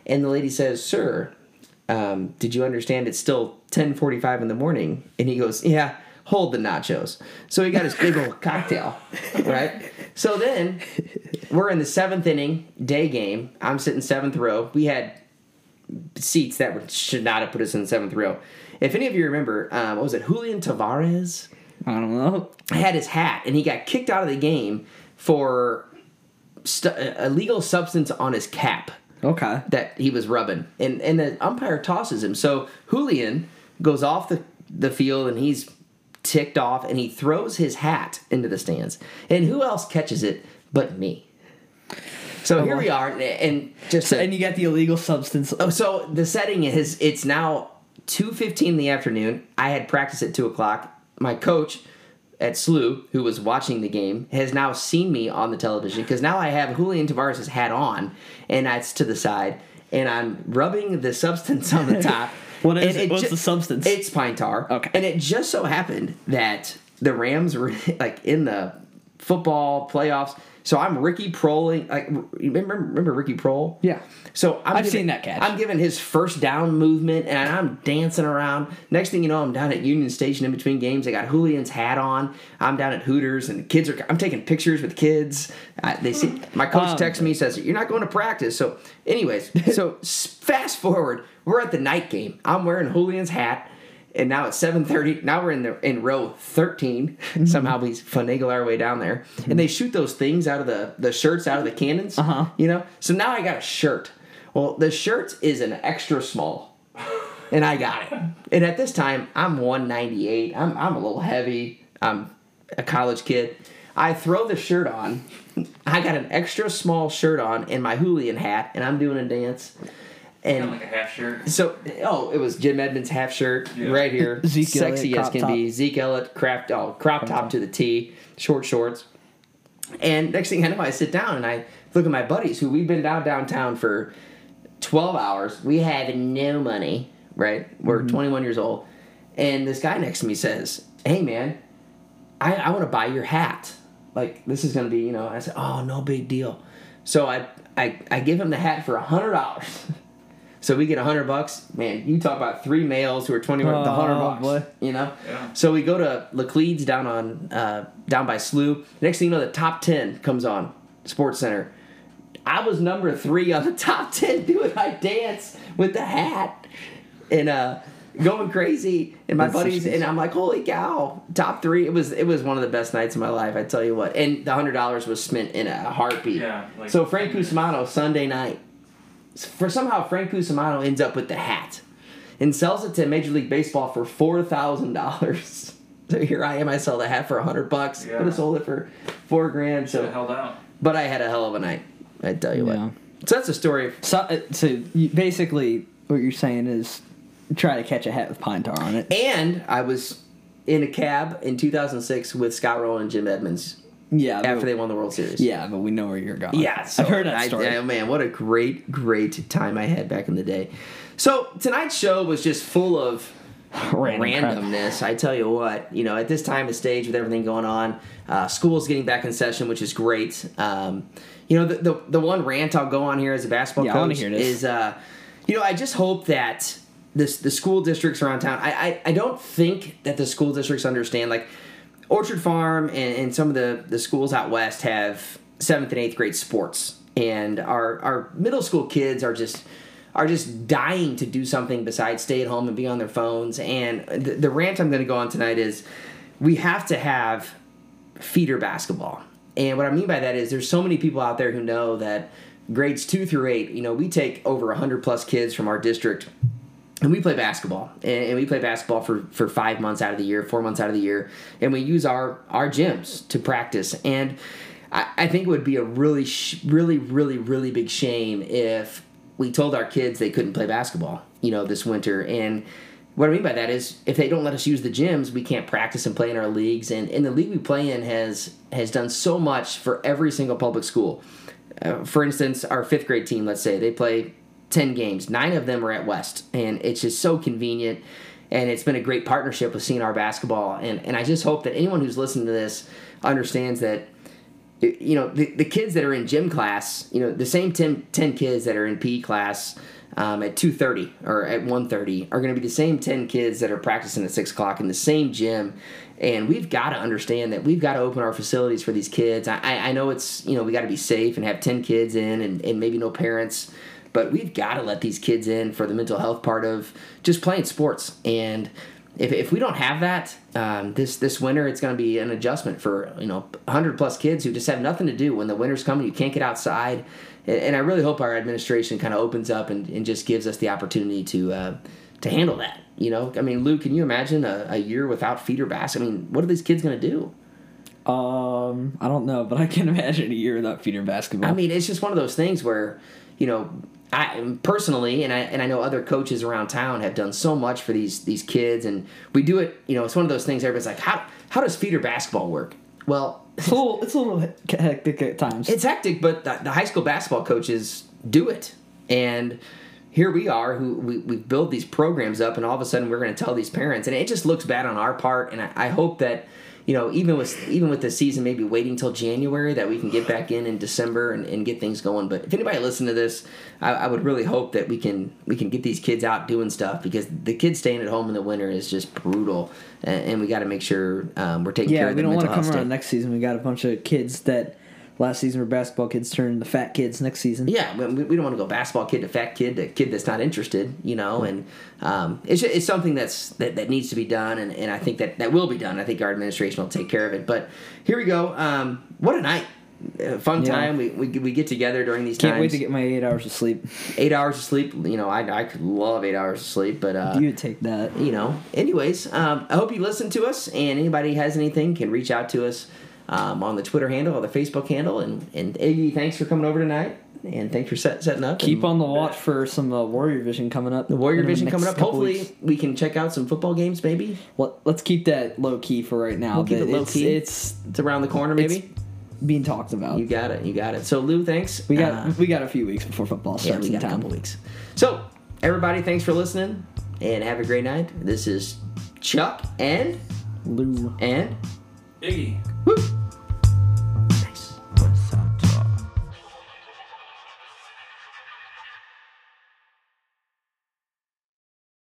Speaker 1: And the lady says, "Sir, um, did you understand it's still ten forty five in the morning?" And he goes, "Yeah." Hold the nachos. So he got his big old cocktail, right? So then we're in the seventh inning, day game. I'm sitting seventh row. We had seats that were, should not have put us in the seventh row. If any of you remember, um, what was it? Julian Tavares
Speaker 2: I don't know.
Speaker 1: had his hat, and he got kicked out of the game for stu- a illegal substance on his cap
Speaker 2: Okay.
Speaker 1: that he was rubbing, and and the umpire tosses him. So Julian goes off the the field, and he's ticked off, and he throws his hat into the stands. And who else catches it but me? So here we are, and- and just
Speaker 2: Oh, So,
Speaker 1: to-
Speaker 2: and you got the illegal substance.
Speaker 1: Oh, so the setting is it's now two fifteen in the afternoon. I had practice at two o'clock. My coach at SLU, who was watching the game, has now seen me on the television because now I have Julian Tavares' hat on, and it's to the side, and I'm rubbing the substance on the top.
Speaker 2: What
Speaker 1: And
Speaker 2: is it? What's the substance?
Speaker 1: It's pine tar.
Speaker 2: Okay.
Speaker 1: And it just so happened that the Rams were like in the football playoffs. So I'm Ricky Proling. Like you remember, remember Ricky Prol?
Speaker 2: Yeah.
Speaker 1: So I'm
Speaker 2: I've
Speaker 1: giving-
Speaker 2: seen that catch.
Speaker 1: I'm giving his first down movement, and I'm dancing around. Next thing you know, I'm down at Union Station in between games. I got Julian's hat on. I'm down at Hooters, and the kids are. I'm taking pictures with kids. I, they see my coach
Speaker 2: Um,
Speaker 1: texts me says you're not going to practice. So, anyways, so s- fast forward, we're at the night game. I'm wearing Julian's hat. And now it's seven thirty. Now we're in the in row thirteen. Somehow we finagle our way down there, and they shoot those things out of the the shirts out of the cannons.
Speaker 2: Uh-huh.
Speaker 1: You know. So now I got a shirt. Well, the shirt is an extra small, and I got it. And at this time, I'm 198. I'm I'm a little heavy. I'm a college kid. I throw the shirt on. I got an extra small shirt on and my Julian hat, and I'm doing a dance.
Speaker 4: Kind of
Speaker 1: And
Speaker 4: like a half shirt.
Speaker 1: so, oh, it was Jim Edmonds half shirt
Speaker 4: Yeah.
Speaker 1: right here,
Speaker 2: Zeke
Speaker 1: sexy
Speaker 2: Elliott,
Speaker 1: as
Speaker 2: crop
Speaker 1: can be. Zeke Elliott, crop, oh, crop top to the T, short shorts. And next thing I know, I sit down and I look at my buddies who we've been down downtown for 12 hours. We have no money, right? We're
Speaker 2: Mm-hmm.
Speaker 1: 21 years old. And this guy next to me says, Hey, man, I, I want to buy your hat. Like, this is going to be, you know, I said, Oh, no big deal. So I, I, I give him the hat for $100. So we get 100 bucks. Man, you talk about three males who are 21, the 100
Speaker 2: Oh,
Speaker 1: bucks.
Speaker 2: boy.
Speaker 1: You know?
Speaker 4: Yeah.
Speaker 1: So we go to Laclede's down on uh, down by Slough. Next thing you know, the top ten comes on Sports Center. I was number three on the top ten doing my dance with the hat and uh, going crazy. And my
Speaker 2: That's
Speaker 1: buddies
Speaker 2: such a-
Speaker 1: and I'm like, holy cow, top three. It was it was one of the best nights of my life. I tell you what. And the hundred dollars was spent in a heartbeat.
Speaker 4: Yeah, like-
Speaker 1: so Frank Cusimano Sunday night. For somehow Frank Cusimano ends up with the hat and sells it to Major League Baseball for four thousand dollars. So here I am. I sell the hat for a hundred bucks.
Speaker 4: Yeah.
Speaker 1: Could have sold it for four grand.
Speaker 4: Should have
Speaker 1: So,
Speaker 4: held out.
Speaker 1: but I had a hell of a night. I tell you
Speaker 2: Yeah.
Speaker 1: what. So that's the story. of-
Speaker 2: So, uh, so you, basically, what you're saying is try to catch a hat with pine tar on it.
Speaker 1: And I was in a cab in 2006 with Scott Rowland and Jim Edmonds
Speaker 2: Yeah.
Speaker 1: after
Speaker 2: but,
Speaker 1: they won the World Series.
Speaker 2: Yeah, but we know where you're going.
Speaker 1: Yeah, so
Speaker 2: I've heard that
Speaker 1: I-
Speaker 2: story.
Speaker 1: I- man, what a great, great time I had back in the day. So tonight's show was just full of
Speaker 2: Random crap.
Speaker 1: randomness. I tell you what, you know, at this time of stage with everything going on, uh, school's getting back in session, which is great. Um, you know, the, the the one rant I'll go on here as a basketball
Speaker 2: Yeah, I wanna
Speaker 1: coach
Speaker 2: hear this.
Speaker 1: is, uh, you know, I just hope that this the school districts around town. I I, I don't think that the school districts understand like Orchard Farm and, and some of the, the schools out west have seventh and eighth grade sports, and our our middle school kids are just are just dying to do something besides stay at home and be on their phones. And the, the rant I'm going to go on tonight is we have to have feeder basketball. And what I mean by that is there's so many people out there who know that grades two through eight, you know, we take over 100 plus kids from our district and we play basketball and, and we play basketball for, for five months out of the year four months out of the year and we use our our gyms to practice and i, I think it would be a really sh- really really really big shame if we told our kids they couldn't play basketball you know this winter and what i mean by that is if they don't let us use the gyms we can't practice and play in our leagues and, and the league we play in has has done so much for every single public school uh, for instance, our fifth grade team, let's say, they play 10 games. Nine of them are at West, and it's just so convenient. And it's been a great partnership with CNR basketball. And, and I just hope that anyone who's listening to this understands that, y- you know, the, the kids that are in gym class, you know, the same 10, 10 kids that are in PE class um, at 2.30 or at 1.30 are going to be the same 10 kids that are practicing at 6 o'clock in the same gym and we've got to understand that we've got to open our facilities for these kids i, I I know it's you know we got to be safe and have 10 kids in and, and maybe no parents but we've got to let these kids in for the mental health part of just playing sports and if, if we don't have that um, this this winter it's going to be an adjustment for you know 100 plus kids who just have nothing to do when the winter's coming you can't get outside and, and i really hope our administration kind of opens up and, and just gives us the opportunity to uh, to handle that you know i mean luke can you imagine a, a year without feeder bass i mean what are these kids going to do
Speaker 2: Um, I don't know, but I can imagine a year without feeder basketball.
Speaker 1: I mean, it's just one of those things where, you know, I personally and I and I know other coaches around town have done so much for these these kids, and we do it. You know, it's one of those things. Everybody's like, how how does feeder basketball work? Well,
Speaker 2: it's a little, it's a little he- hectic at times.
Speaker 1: it's hectic, but the, the high school basketball coaches do it, and here we are who we, we build these programs up and all of a sudden we're going to tell these parents and it just looks bad on our part and I, I hope that you know even with even with the season maybe waiting till january that we can get back in in december and, and get things going but if anybody listened to this I, I would really hope that we can we can get these kids out doing stuff because the kids staying at home in the winter is just brutal and, and we got to make sure um, we're taking care
Speaker 2: yeah,
Speaker 1: of
Speaker 2: we
Speaker 1: their
Speaker 2: don't want
Speaker 1: mental
Speaker 2: to
Speaker 1: health
Speaker 2: come
Speaker 1: state.
Speaker 2: around next season. We got a bunch of kids that last season were basketball kids turned the fat kids next season.
Speaker 1: Yeah, we, we don't want to go basketball kid to fat kid to kid that's not interested, you
Speaker 2: Hmm.
Speaker 1: know. And um, it's ju- it's something that's that, that needs to be done, and, and I think that that will be done. I think our administration will take care of it. But here we go. Um, what a night! Uh, fun
Speaker 2: Yeah.
Speaker 1: time. We, we we get together during these
Speaker 2: Can't
Speaker 1: times.
Speaker 2: wait to get my eight hours of sleep.
Speaker 1: eight hours of sleep. You know, I I could love eight hours of sleep, but uh,
Speaker 2: you take that.
Speaker 1: you know. Anyways, um, I hope you listen to us, and anybody has anything can reach out to us um, on the Twitter handle or the Facebook handle. And and Iggy, thanks for coming over tonight, and thanks for set, setting up.
Speaker 2: Keep
Speaker 1: and
Speaker 2: on the watch for some uh, Warrior Vision coming up.
Speaker 1: the Warrior
Speaker 2: in the
Speaker 1: Vision
Speaker 2: next
Speaker 1: coming up.
Speaker 2: couple
Speaker 1: Hopefully,
Speaker 2: weeks.
Speaker 1: we can check out some football games. Maybe
Speaker 2: Let, let's keep that low key for right now.
Speaker 1: We'll keep
Speaker 2: but
Speaker 1: it low
Speaker 2: it's,
Speaker 1: key.
Speaker 2: It's
Speaker 1: it's around the corner. Maybe
Speaker 2: It's- being talked about.
Speaker 1: you got it. You got it. So Lou, thanks.
Speaker 2: we got
Speaker 1: Uh,
Speaker 2: we got a few weeks before football
Speaker 1: yeah,
Speaker 2: starts
Speaker 1: we
Speaker 2: in
Speaker 1: got a
Speaker 2: town.
Speaker 1: couple weeks. So everybody, thanks for listening, and have a great night. This is Chuck and
Speaker 2: Lou.
Speaker 1: and.
Speaker 4: Iggy.